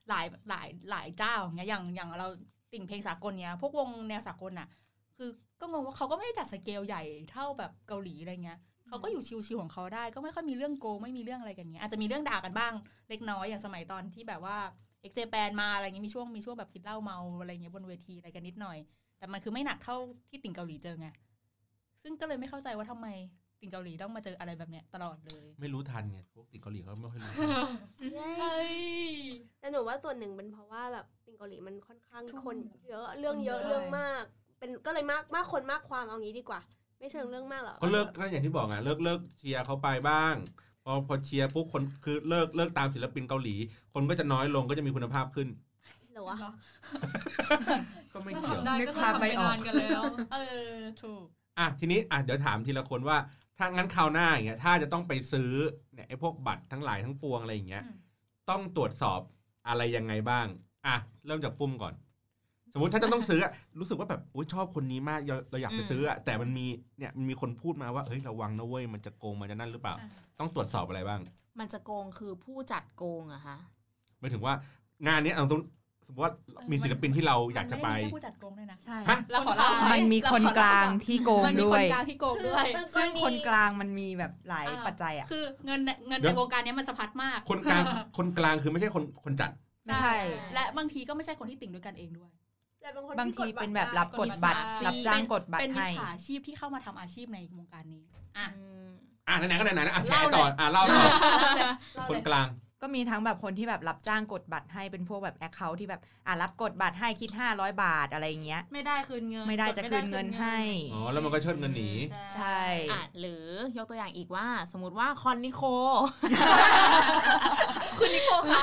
[SPEAKER 4] หลายหลายหลายเจ้าอย่างเงี้ยอย่างอย่างเราติ่งเพลงสากลเนี้ยพวกวงแนวสากลอ่ะ คือก็งงว่าเขาก็ไม่ได้จัดสเกลใหญ่เท่าแบบเกาหลีอะไรเงี้ยเขาก็อยู่ชิวๆของเขาได้ ก็ไม่ค่อยมีเรื่องโกงไม่มีเรื่องอะไรกันเงี้ยอาจจะมีเรื่องด่ากันบ้างเล็กน้อยอย่างสมัยตอนที่แบบว่าเอ็กเจแปนมาอะไรเงี้ยมีช่วงมีช่วงแบบกินเหล้าเมาอะไรเงี้ยบนเวทีอะไรกันนิดหน่อย แต่มันคือไม่หนักเท่าที่ติ่งเกาหลีเจอไงซึ่งก็เลยไม่เข้าใจว่าทำไมติ่งเกาหลีต้องมาเจออะไรแบบเนี้ยตลอดเลย
[SPEAKER 2] ไม่รู้ทันไงพวกติดเกาหลีเขาไม่ค่อยรู้
[SPEAKER 3] แต่หนูว่าส่วนหนึ่งเป็นเพราะว่าแบบติงเกาหลีมันค่อนข้าง
[SPEAKER 4] ทุ่ม
[SPEAKER 3] คนเยอะเรื่องเยอะ
[SPEAKER 5] ใช่
[SPEAKER 3] เรื่องมาก เป็นก็เลยมากมากคนมากความเอางี้ดีกว่า ไม่เชิงเรื่องมากหรอก
[SPEAKER 2] ก็เลิกก็อย่างที่บอกไงเลิกเลิกเชียร์เขาไปบ้าง พอพอเชียร์ปุ๊บคนคือเลิกเลิกตามศิลปินเกาหลี คนก็จะน้อยลงก็จะมีคุณภาพขึ้น
[SPEAKER 3] หรือว่า
[SPEAKER 2] ก็ไม่เกี่ยว
[SPEAKER 7] ได้
[SPEAKER 5] นึก
[SPEAKER 7] ก็คือ
[SPEAKER 5] ภาพ
[SPEAKER 7] ทำไป
[SPEAKER 5] ไม่ออก
[SPEAKER 7] นานกันแล้ว
[SPEAKER 4] เออถูก
[SPEAKER 2] อ่ะทีนี้อ่ะเดี๋ยวถามทีละคนว่า ถ้างั้นคราวหน้าอย่างเงี้ยถ้าจะต้องไปซื้อเนี่ยไอ้พวกบัตรทั้งหลายทั้งปวงอะไรอย่างเงี้ย
[SPEAKER 4] อืม
[SPEAKER 2] ต้องตรวจสอบอะไรยังไงบ้าง อ่ะเริ่มจากปุ้มก่อน สมมติถ้าจะต้องซื้ออ่ะรู้สึกว่าแบบอุ๊ยชอบคนนี้มากเราเราอยากไปซื้ออ่ะแต่มันมีเนี่ยมันมีคนพูดมาว่าเฮ้ยระวังนะเว้ยมันจะโกงมันจะนั่นหรือเปล่า ต้องตรวจสอบอะไรบ้าง
[SPEAKER 6] มันจะโกงคือผู้จัดโกงเหรอะฮะ
[SPEAKER 2] หมายถึงว่างานเนี้ยเอาสมมุติสมมติว่ามีศิลปินที่เราอยากจะไป
[SPEAKER 4] มันม่ด้มีแค่ผู้จัดโกงด้วยนะ
[SPEAKER 5] ใช่
[SPEAKER 2] ฮะ
[SPEAKER 4] เราขอเล่า
[SPEAKER 5] มั
[SPEAKER 4] มัน
[SPEAKER 5] มีคนกลางที่โกง
[SPEAKER 4] มันมี
[SPEAKER 5] ด้
[SPEAKER 4] ค
[SPEAKER 5] วย
[SPEAKER 4] นกลางที่โกงด้วย
[SPEAKER 5] ซึ่งคนกลางมันมีแบบหลาย
[SPEAKER 4] อ่า
[SPEAKER 5] ปัจจัยอ่ะ
[SPEAKER 4] คือเงินเงิน
[SPEAKER 2] เดี๋
[SPEAKER 4] ใน
[SPEAKER 2] ยว
[SPEAKER 4] วงการเนี้ยมันสะพัดมาก
[SPEAKER 2] คนกลางคนกลางคือไม่ใช่คนคนจัด
[SPEAKER 5] ไม่ใช่
[SPEAKER 4] และบางทีก็ไม่ใช่คนที่ติ่งด้วยกันเองด้วย
[SPEAKER 3] แต่บางคน
[SPEAKER 5] บางทีเป็นแบบรับกดบัตร
[SPEAKER 4] มีสา
[SPEAKER 5] รับจ้างกดบัต
[SPEAKER 4] เป็
[SPEAKER 5] ร
[SPEAKER 4] นมิจ
[SPEAKER 5] ให้
[SPEAKER 4] ฉาชีพที่เข้ามาทำอาชีพในวงการนี้ อ่ะ
[SPEAKER 2] อ่ะไหนๆก็ไหนๆนะอ่ะแชร์ต่ออ่ะเล่าต่อคนกลาง
[SPEAKER 5] ก็มีทั้งแบบคนที่แบบรับจ้างกดบัตรให้เป็นพวกแบบแอคเคาท์ที่แบบอ่ะรับกดบัตรให้คิด 500 บาทอะไรอย่างเงี้ย
[SPEAKER 7] ไม่ได้คืนเงิน
[SPEAKER 5] ไม่ได้
[SPEAKER 7] ด
[SPEAKER 5] จะคืนเงินให้
[SPEAKER 2] อ๋อ แล้วมันก็เชิดเงินหนี
[SPEAKER 5] ใช่
[SPEAKER 6] อ่ะหรือยกตัวอย่างอีกว่า สมมติว่าคอนนิโค คุณนิโคคะ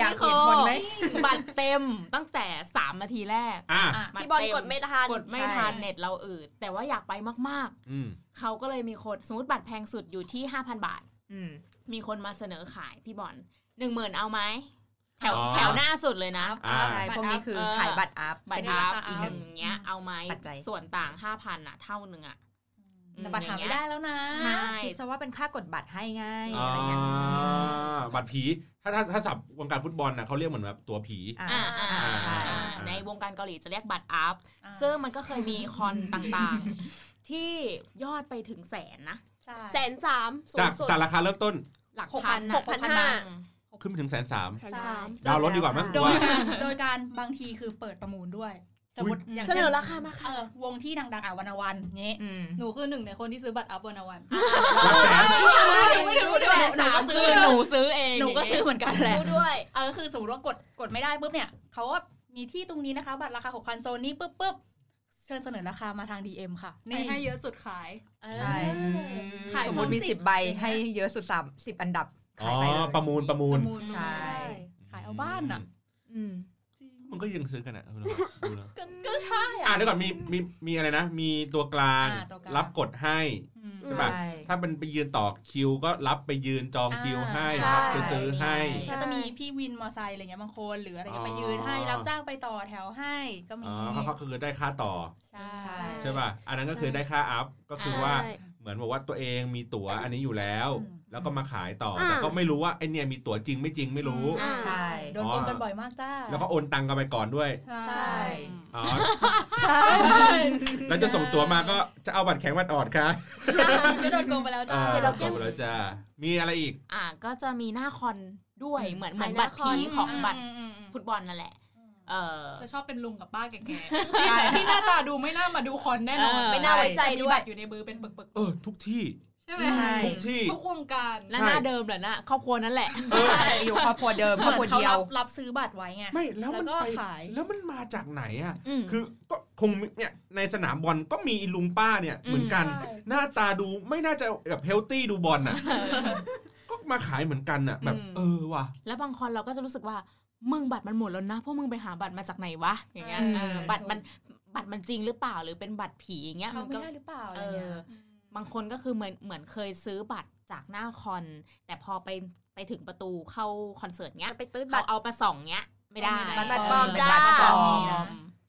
[SPEAKER 5] อยากเห็นคนไหม
[SPEAKER 6] *laughs* บัตรเต็มตั้งแต่ 3 นาทีแรก
[SPEAKER 2] อ่ะ
[SPEAKER 4] อ่ะ
[SPEAKER 6] บัตร
[SPEAKER 3] พี่บอล
[SPEAKER 6] เต็
[SPEAKER 3] กดไม่ทัน
[SPEAKER 6] กดไม่ทัน
[SPEAKER 5] ใช่
[SPEAKER 6] เน็ตเราอืดแต่ว่าอยากไปมาก
[SPEAKER 2] อืม
[SPEAKER 6] ๆ เขาก็เลยมีคนสมมติบัตรแพงสุดอยู่ที่ 5,000 บาท
[SPEAKER 5] อืม
[SPEAKER 6] มีคนมาเสนอขายพี่บอลหนึ่งหมื่นเอาไหมแถว
[SPEAKER 2] อ๋อ
[SPEAKER 6] แถวหน้าสุดเลยนะ
[SPEAKER 2] อ่า
[SPEAKER 5] ใช่ พวกนี้คือ
[SPEAKER 6] เออ
[SPEAKER 5] ขายบัตรอัพ
[SPEAKER 6] บัตร
[SPEAKER 5] เป็น
[SPEAKER 6] อัพ
[SPEAKER 5] ราคา
[SPEAKER 6] อี
[SPEAKER 5] อี
[SPEAKER 6] ก
[SPEAKER 5] ก
[SPEAKER 6] ห
[SPEAKER 5] ห
[SPEAKER 6] นึ่
[SPEAKER 5] นึ่
[SPEAKER 6] ง
[SPEAKER 5] ง
[SPEAKER 6] เงี้ยเอาไหม
[SPEAKER 5] ปัจจัย
[SPEAKER 6] ส่วนต่าง 5,000น่ะเท่านึงอ่ะ
[SPEAKER 4] แต่ปัญหา
[SPEAKER 6] อย่างเงี้
[SPEAKER 4] ไม่
[SPEAKER 6] ย
[SPEAKER 4] ได้แล้วนะ
[SPEAKER 6] ใช่
[SPEAKER 5] คิดซะว่าเป็นค่ากดบัตรให้ไง
[SPEAKER 2] อ่
[SPEAKER 5] อะไรเงี้ย
[SPEAKER 2] าบัตรผี ถ้าถ้าถ้าสับวงการฟุตบอลนะเขาเรียกเหมือนแบบตัวผี
[SPEAKER 5] อ่ะ
[SPEAKER 6] อ่าอ่าอ่า
[SPEAKER 2] ใช่
[SPEAKER 6] อ่าในวงการเกาหลีจะเรียกบัตรอัพ ซึ่งมันก็เคยมีคอนต่างๆ *laughs* ที่ยอดไปถึงแสนนะ
[SPEAKER 3] แสนสามสู
[SPEAKER 2] จาก
[SPEAKER 3] งสุด
[SPEAKER 2] จากราคาเริ่มต้น
[SPEAKER 6] หลัก
[SPEAKER 3] หกพั
[SPEAKER 6] พัน
[SPEAKER 3] น
[SPEAKER 6] น่ะ
[SPEAKER 3] หกพันห้า
[SPEAKER 2] ขึ้นไปถึงแสนสาม
[SPEAKER 3] แสนสาม
[SPEAKER 2] ดาวน์รถดีกว่าไหม
[SPEAKER 4] โด
[SPEAKER 2] ว่าย
[SPEAKER 4] การโดยการบางทีคือเปิดประมูลด้วย สมมติอย่าง
[SPEAKER 3] เสน
[SPEAKER 4] เช่น
[SPEAKER 3] อราคามา
[SPEAKER 4] เอ
[SPEAKER 3] ค่ะ
[SPEAKER 4] อวงที่ดังๆอ่ะวันวันเงี้ย
[SPEAKER 5] อืม
[SPEAKER 7] หนูคือหนึ่งในคนที่ซื้อบัตรอัพวันวัน
[SPEAKER 2] หลักแสน
[SPEAKER 3] ไม่รู้ด้วย
[SPEAKER 6] สามคือหนูซื้อเอง
[SPEAKER 4] หนูก็ซื้อเหมือนกันแหละ
[SPEAKER 3] รู้ด้วย
[SPEAKER 4] เออคือสมมติว่ากดกดไม่ได้ปุ๊บเนี่ยเขาก็มีที่ตรงนี้นะคะ บัตรราคา6,000โซนนี้ปุ๊บปุ๊บเชิญเสนอราคามาทาง DM ค่ะ
[SPEAKER 7] นี่ให้เยอะสุดขาย
[SPEAKER 5] ใช่
[SPEAKER 4] ขาย
[SPEAKER 5] สมมติ
[SPEAKER 4] หด
[SPEAKER 5] มีสิบใบให้เยอะสุดสามสิบอันดับ
[SPEAKER 2] อ๋อ
[SPEAKER 5] ขายไปเลย
[SPEAKER 2] ประมูลประมูล
[SPEAKER 5] ใช่
[SPEAKER 4] ใช่ขายเอาบ้านอ่ะ
[SPEAKER 5] อืม
[SPEAKER 2] มันก็ยังซื้อกันอ่ะดูแล้ว
[SPEAKER 4] ก็ก็ใช่
[SPEAKER 2] อ่ะ
[SPEAKER 4] อ่ะ
[SPEAKER 2] เดี๋ยวก่อนมีมีมีอะไรนะ มีตัวกลาง
[SPEAKER 4] อ่าตัวกลาง
[SPEAKER 2] รับกดให้ ใช่ปะ
[SPEAKER 5] ใช่
[SPEAKER 2] ถ้าเป็นไปยืนต่อคิวก็รับไปยืนจองคิวให้
[SPEAKER 4] ใช่
[SPEAKER 2] รับไปซื้อให้
[SPEAKER 4] ก็จะมีพี่วินมอไซค์อะไรเงี้ยบางคนหรืออะไรเงี้ยไปยืนให้
[SPEAKER 2] อ๋อ
[SPEAKER 4] รับจ้างไปต่อแถวให้ก็มี
[SPEAKER 2] อ๋อเขาก็คือได้ค่าต่อ
[SPEAKER 4] ใช่
[SPEAKER 2] ใช่ป่ะ อันนั้นก็คือได้ค่าอัพ ก็คือว่า
[SPEAKER 3] ใช่
[SPEAKER 2] เหมือนบอกว่าตัวเองมีตั๋วอันนี้อยู่แล้ว
[SPEAKER 4] อืม
[SPEAKER 2] แล้วก็มาขายต่ออ
[SPEAKER 3] ม
[SPEAKER 2] แต่ก็ไม่รู้ว่าไอเนี่ยมีตั๋วจริงไม่จริงไม่รู้
[SPEAKER 3] อ่า
[SPEAKER 5] ใช่
[SPEAKER 4] โดนโกงกันบ่อยมากจ้า
[SPEAKER 2] แล้วก็โอนตังกันไปก่อนด้วย
[SPEAKER 5] ใช่
[SPEAKER 2] อ๋อ *laughs* แล้วจะส่งตั๋วมาก็จะเอาบัตรแข็งบัตรอ่อนค่ะ
[SPEAKER 4] ก็โดนโกงไปแล้วจ้า
[SPEAKER 2] อ่า
[SPEAKER 3] เดี๋ยวเราแก้
[SPEAKER 2] จบแล้วจ้ามีอะไรอีก
[SPEAKER 6] อ่าก็จะมีหน้าคอนด้วยเหมือนเหมือน
[SPEAKER 3] ขายหน้า
[SPEAKER 6] บัตรที
[SPEAKER 3] คอน
[SPEAKER 6] ของบัตรฟุตบอลนั่นแหละ เออ
[SPEAKER 7] จะชอบเป็นลุงกับป้าแก่
[SPEAKER 5] *laughs*
[SPEAKER 7] ๆที่หน้าตาดูไม่น่ามาดูคอนแน่นอน
[SPEAKER 6] เออ
[SPEAKER 3] ไม่น่าไว้ใจ
[SPEAKER 7] แต่มี
[SPEAKER 3] ด้วย
[SPEAKER 7] บัตรอยู่ในมือเป็นปึก
[SPEAKER 2] เออ ทุกที่
[SPEAKER 7] ๆ ใช่ไหม
[SPEAKER 5] ใช่
[SPEAKER 2] ทุกที่
[SPEAKER 7] ทุกวงการ
[SPEAKER 6] และหน้าเดิมแหละนะครอบครัวนั่นแหละ
[SPEAKER 2] เออ
[SPEAKER 5] อยู่ครอบครัวเดิมครอบครัว
[SPEAKER 4] เขา
[SPEAKER 5] เดีย
[SPEAKER 4] รั
[SPEAKER 5] ว
[SPEAKER 4] บรับซื้อบัตรไว้ไง
[SPEAKER 2] ไม่แล้วมัน
[SPEAKER 4] แล้วก็
[SPEAKER 2] ไป
[SPEAKER 4] ขาย
[SPEAKER 2] แล้วมันมาจากไหนอ่ะ
[SPEAKER 6] อืม
[SPEAKER 2] คือก็คงมีเนี่ยในสนามบอลก็มีอีลุงป้าเนี่ยเหมือนกัน
[SPEAKER 4] ใช่
[SPEAKER 2] หน้าตาดูไม่น่าจะแบบเฮลตี้ดูบอลน่ะ ก็มาขายเหมือนกันน่ะ แบบ
[SPEAKER 6] อืม
[SPEAKER 2] เออว่ะ
[SPEAKER 6] แล้วบางคนเราก็จะรู้สึกว่ามึงบัตรมันหมดแล้วนะพวกมึงไปหาบัตรมาจากไหนวะอย่างเงี้ย
[SPEAKER 5] อืม
[SPEAKER 6] เออบัตรมันบัตรมันจริงหรือเปล่าหรือเป็นบัตรผีอย่างเงี้ย
[SPEAKER 4] เขา
[SPEAKER 6] มัน
[SPEAKER 4] ไม่
[SPEAKER 6] ก็
[SPEAKER 4] ได้หรือเปล่าอะไร
[SPEAKER 6] เอ
[SPEAKER 4] เงี้
[SPEAKER 6] อย บางคนก็คือเหมือนเหมือนเคยซื้อบัตรจากหน้าคอน แต่พอไปไปถึงประตูเข้าคอนเสิร์ตเงี้ย
[SPEAKER 3] ไปตื้นบั
[SPEAKER 6] เขา
[SPEAKER 3] ตร
[SPEAKER 6] เอามาส่องเงี้ย ไม่ได้
[SPEAKER 3] บัตรปลอมจ้า
[SPEAKER 6] เบัตรป
[SPEAKER 5] บัตรป
[SPEAKER 6] ลอ
[SPEAKER 5] ลอ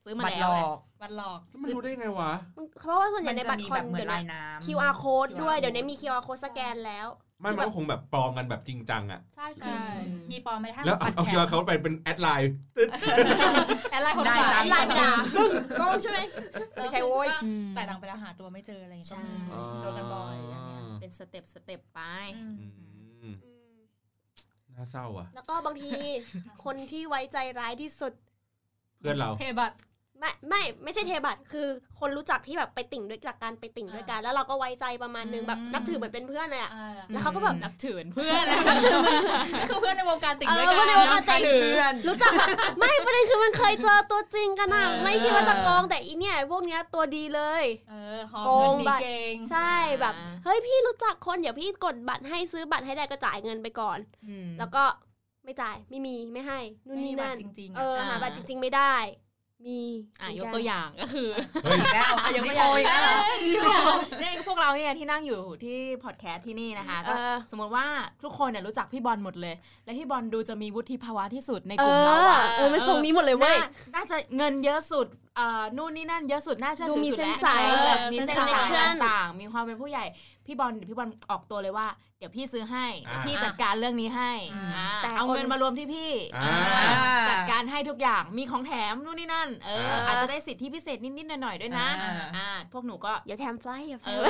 [SPEAKER 5] ม
[SPEAKER 6] มซื้อมา
[SPEAKER 5] บัตรหล
[SPEAKER 6] แล้
[SPEAKER 5] อ
[SPEAKER 6] วเนี่ย
[SPEAKER 5] ก
[SPEAKER 4] บัตรหลอก
[SPEAKER 2] มันรู้ได้ไงวะ
[SPEAKER 3] เพราะว่าส่วนให
[SPEAKER 5] มั
[SPEAKER 3] ญ่
[SPEAKER 5] น
[SPEAKER 3] ใน
[SPEAKER 5] จะ
[SPEAKER 3] บัตร
[SPEAKER 5] มี
[SPEAKER 3] คอ
[SPEAKER 5] แบ
[SPEAKER 3] น
[SPEAKER 5] บเหมือ
[SPEAKER 3] เดี๋ยว
[SPEAKER 5] นลาย
[SPEAKER 3] นี้
[SPEAKER 5] น้ำ
[SPEAKER 3] QR code ด้วยเดี๋ยวนี้มี QR code สแกนแล้ว
[SPEAKER 2] ไม่มันก็คงแบบปลอมกันแบบจริงจังอ่ะ
[SPEAKER 4] ใช่คือ มีปลอมไปทั้ง
[SPEAKER 2] แล้วเอา
[SPEAKER 4] บัตร
[SPEAKER 2] เอา
[SPEAKER 4] แข็
[SPEAKER 2] คิวเขาไปเป็นแอดไลน์ตึ๊ด
[SPEAKER 4] แอดไลน์คน
[SPEAKER 5] ได้
[SPEAKER 4] ขา
[SPEAKER 5] ตาม
[SPEAKER 4] ย
[SPEAKER 3] ไลน์ไปด่ามึงโกงใช่ไหมไม่ใช่โว้ย
[SPEAKER 6] อืม
[SPEAKER 4] จ่ายตังค์ไปแล้วหาตัวไม่เจออะไรเงี้ยก็มี
[SPEAKER 6] ใช่
[SPEAKER 4] โดนกันบ่อยอย่างเงี้ย
[SPEAKER 6] เป็นสเต็ปสเต็ปไป
[SPEAKER 4] อืม
[SPEAKER 2] อืมน่าเศร้าอ่ะ
[SPEAKER 3] แล้วก็บางที คนที่ไว้ใจร้ายที่สุด
[SPEAKER 2] เพื่อนเรา
[SPEAKER 7] เทบัตร
[SPEAKER 3] ไม่ไม่ไม่ใช่เทบัตคือคนรู้จักที่แบบไปติ่งด้วยจากการไปติ่งด้วยกัน แล้วเราก็ไว้ใจประมาณนึงแบบนับถือเหมือนเป็นเพื่อนเลยอะ
[SPEAKER 4] อ่า
[SPEAKER 3] แล้วเขาก็แบบ
[SPEAKER 6] นับถือเพื่อนแล้ว
[SPEAKER 4] ก็คือเพื่อนในวงการติ่ง
[SPEAKER 3] เออย
[SPEAKER 4] ด้ว
[SPEAKER 3] เพื่อนในวง
[SPEAKER 4] กั
[SPEAKER 3] กาน รแต่ง
[SPEAKER 5] เพื่อน
[SPEAKER 3] รู้จักแบบไม่ประเด็นคือมันเคยเจอตัวจริงกันอะ
[SPEAKER 4] เออ
[SPEAKER 3] ไม่คิดว่าจะกองแต่อีเนี่ยพวกเนี้ยตัวดีเลย
[SPEAKER 4] เออหอมเงินดีเก่ง
[SPEAKER 3] ใช่แบบ
[SPEAKER 6] อ่า
[SPEAKER 3] เฮ้ยพี่รู้จักคนเดี๋ยวพี่กดบัตรให้ซื้อบัตรให้ได้ก็จ่ายเงินไปก่อน แล้วก็ไม่จ่ายไม่มีไม่ให้นู่นนี่นั่น
[SPEAKER 4] จริงๆ
[SPEAKER 3] เออ
[SPEAKER 4] อะ
[SPEAKER 3] หาบัตรจริง ๆ ไม่ได้ มี
[SPEAKER 6] อ่ะ
[SPEAKER 3] มี
[SPEAKER 6] ยก
[SPEAKER 3] ได้
[SPEAKER 6] ตัวอย่างก็คือ
[SPEAKER 5] อีกแล้ว
[SPEAKER 6] อ่ะยกตัวอย่าง *laughs* เนี่ยพวกเราเนี่ยที่นั่งอยู่ที่พอดแคสต์ที่นี่นะคะก็
[SPEAKER 3] เออ
[SPEAKER 6] สมมติว่าทุกคนเนี่ยรู้จักพี่บอลหมดเลย และพี่บอลดูจะมีวุฒิภาวะที่สุดใน
[SPEAKER 3] เอก
[SPEAKER 6] ลุ่มเรา
[SPEAKER 3] อ
[SPEAKER 6] อะ
[SPEAKER 3] เออมันทรงนี้หมดเลยเว้ย
[SPEAKER 6] น่าน่าจะเงินเยอะสุดเอ่อนู่นนี่นั่นเยอะสุดน่าเชื่อ
[SPEAKER 3] ดู
[SPEAKER 6] ถือ
[SPEAKER 3] มี
[SPEAKER 6] สุด
[SPEAKER 3] เส้น
[SPEAKER 6] แล้ว
[SPEAKER 3] สาย
[SPEAKER 6] เออ
[SPEAKER 3] แบบ
[SPEAKER 6] มีเส้น
[SPEAKER 3] connection
[SPEAKER 6] สายต่างๆมีความเป็นผู้ใหญ่พี่บอลเดี๋ยวพี่บอลออกตัวเลยว่าเดี๋ยวพี่ซื้อให้เดี๋ยวพี่จัดการเรื่องนี้ให้อ่า
[SPEAKER 3] แต่
[SPEAKER 6] เอาเงินมารวมที่พี่
[SPEAKER 2] อ่า
[SPEAKER 6] อ่า จัดการให้ทุกอย่าง มีของแถมนู่นนี่นั่น เออ
[SPEAKER 2] อ่า
[SPEAKER 6] อาจจะได้สิทธิพิเศษนิดๆหน่อยๆด้วยนะ
[SPEAKER 5] อ่า
[SPEAKER 6] อ่า พวกหนูก็
[SPEAKER 3] อย่าแถมไฟล์อย่าแถ
[SPEAKER 6] เอ
[SPEAKER 3] ม
[SPEAKER 6] อ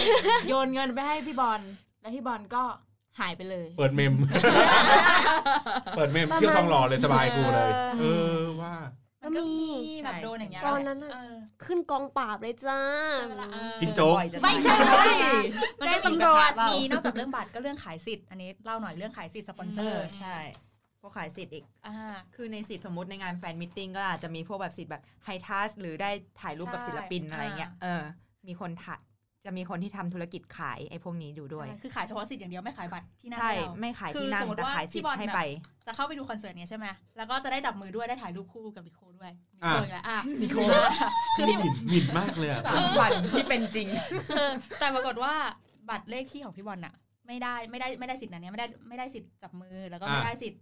[SPEAKER 6] โยนเงินไปให้พี่บอล แล้วพี่บอลก็หายไปเลย
[SPEAKER 2] เปิดเมม เปิดเมมเที่ยวทองหล่อเลยสบายกูเลย เออว่า
[SPEAKER 3] ก็มี
[SPEAKER 4] ที่แบบโดนอย่างเงี้ย
[SPEAKER 3] ตอนนั้นอะ
[SPEAKER 4] เออ
[SPEAKER 3] ขึ้นกองปราบเลยจ้า
[SPEAKER 4] เออ
[SPEAKER 2] กินโจ๊ก
[SPEAKER 3] ไม่ใช่ไม่ใช่
[SPEAKER 4] มันก็มีแบบว่ามีนอกจากเรื่องบัตรก็เรื่องขายสิทธิ์ อันนี้เล่าหน่อยเรื่องขายสิทธิ์สปอนเซ
[SPEAKER 5] เอ
[SPEAKER 4] อ
[SPEAKER 5] อ
[SPEAKER 4] ร์
[SPEAKER 5] ใช่พวกขายสิทธิ์อีก
[SPEAKER 4] อ่า
[SPEAKER 5] คือในสิทธิ์สมมติในงานแฟนมิทติ้งก็อาจจะมีพวกแบบสิทธิ์แบบไฮทัสหรือได้ถ่ายรูปกับศิลปิน
[SPEAKER 4] ใช่
[SPEAKER 5] อะไรเงี้ยเออ มีคนถ่ายจะมีคนที่ทำธุรกิจขายไอ้พวกนี้ดูด้วย
[SPEAKER 4] ใช่คือขายเฉพาะสิทธิ์อย่างเดียวไม่ขายบัตรที่นั่ง
[SPEAKER 5] ใช่
[SPEAKER 4] ให้เรา
[SPEAKER 5] ไม่ขาย
[SPEAKER 4] คือ
[SPEAKER 5] ที่นั่
[SPEAKER 4] ส
[SPEAKER 5] ง
[SPEAKER 4] มมติ
[SPEAKER 5] แต่
[SPEAKER 4] ว่า
[SPEAKER 5] ขายสิท
[SPEAKER 4] พี่บอล
[SPEAKER 5] ธิ์ให้
[SPEAKER 4] แบบ
[SPEAKER 5] ไป
[SPEAKER 4] จะเข้าไปดูคอนเสิร์ตเนี้ยใช่ไหมแล้วก็จะได้จับมือด้วยได้ถ่ายรูปคู่กับนิโคด้วยนิ
[SPEAKER 2] อ่า
[SPEAKER 4] โคอีกแล้วอ่ะนิโคคือ
[SPEAKER 2] หมิ่นหมิ่นมากเลยอะ
[SPEAKER 5] สามวันที่เป็นจริง
[SPEAKER 4] คือแต่ปรากฏว่าบัตรเลขที่ของพี่บอลอะไม่ได้ไม่ได้ไม่ได้สิทธิ์นั้นเนี้ยไม่ได้ไม่ได้สิทธิ์จับมือแล้วก็ไม่
[SPEAKER 2] อ่า
[SPEAKER 4] ได้สิทธิ์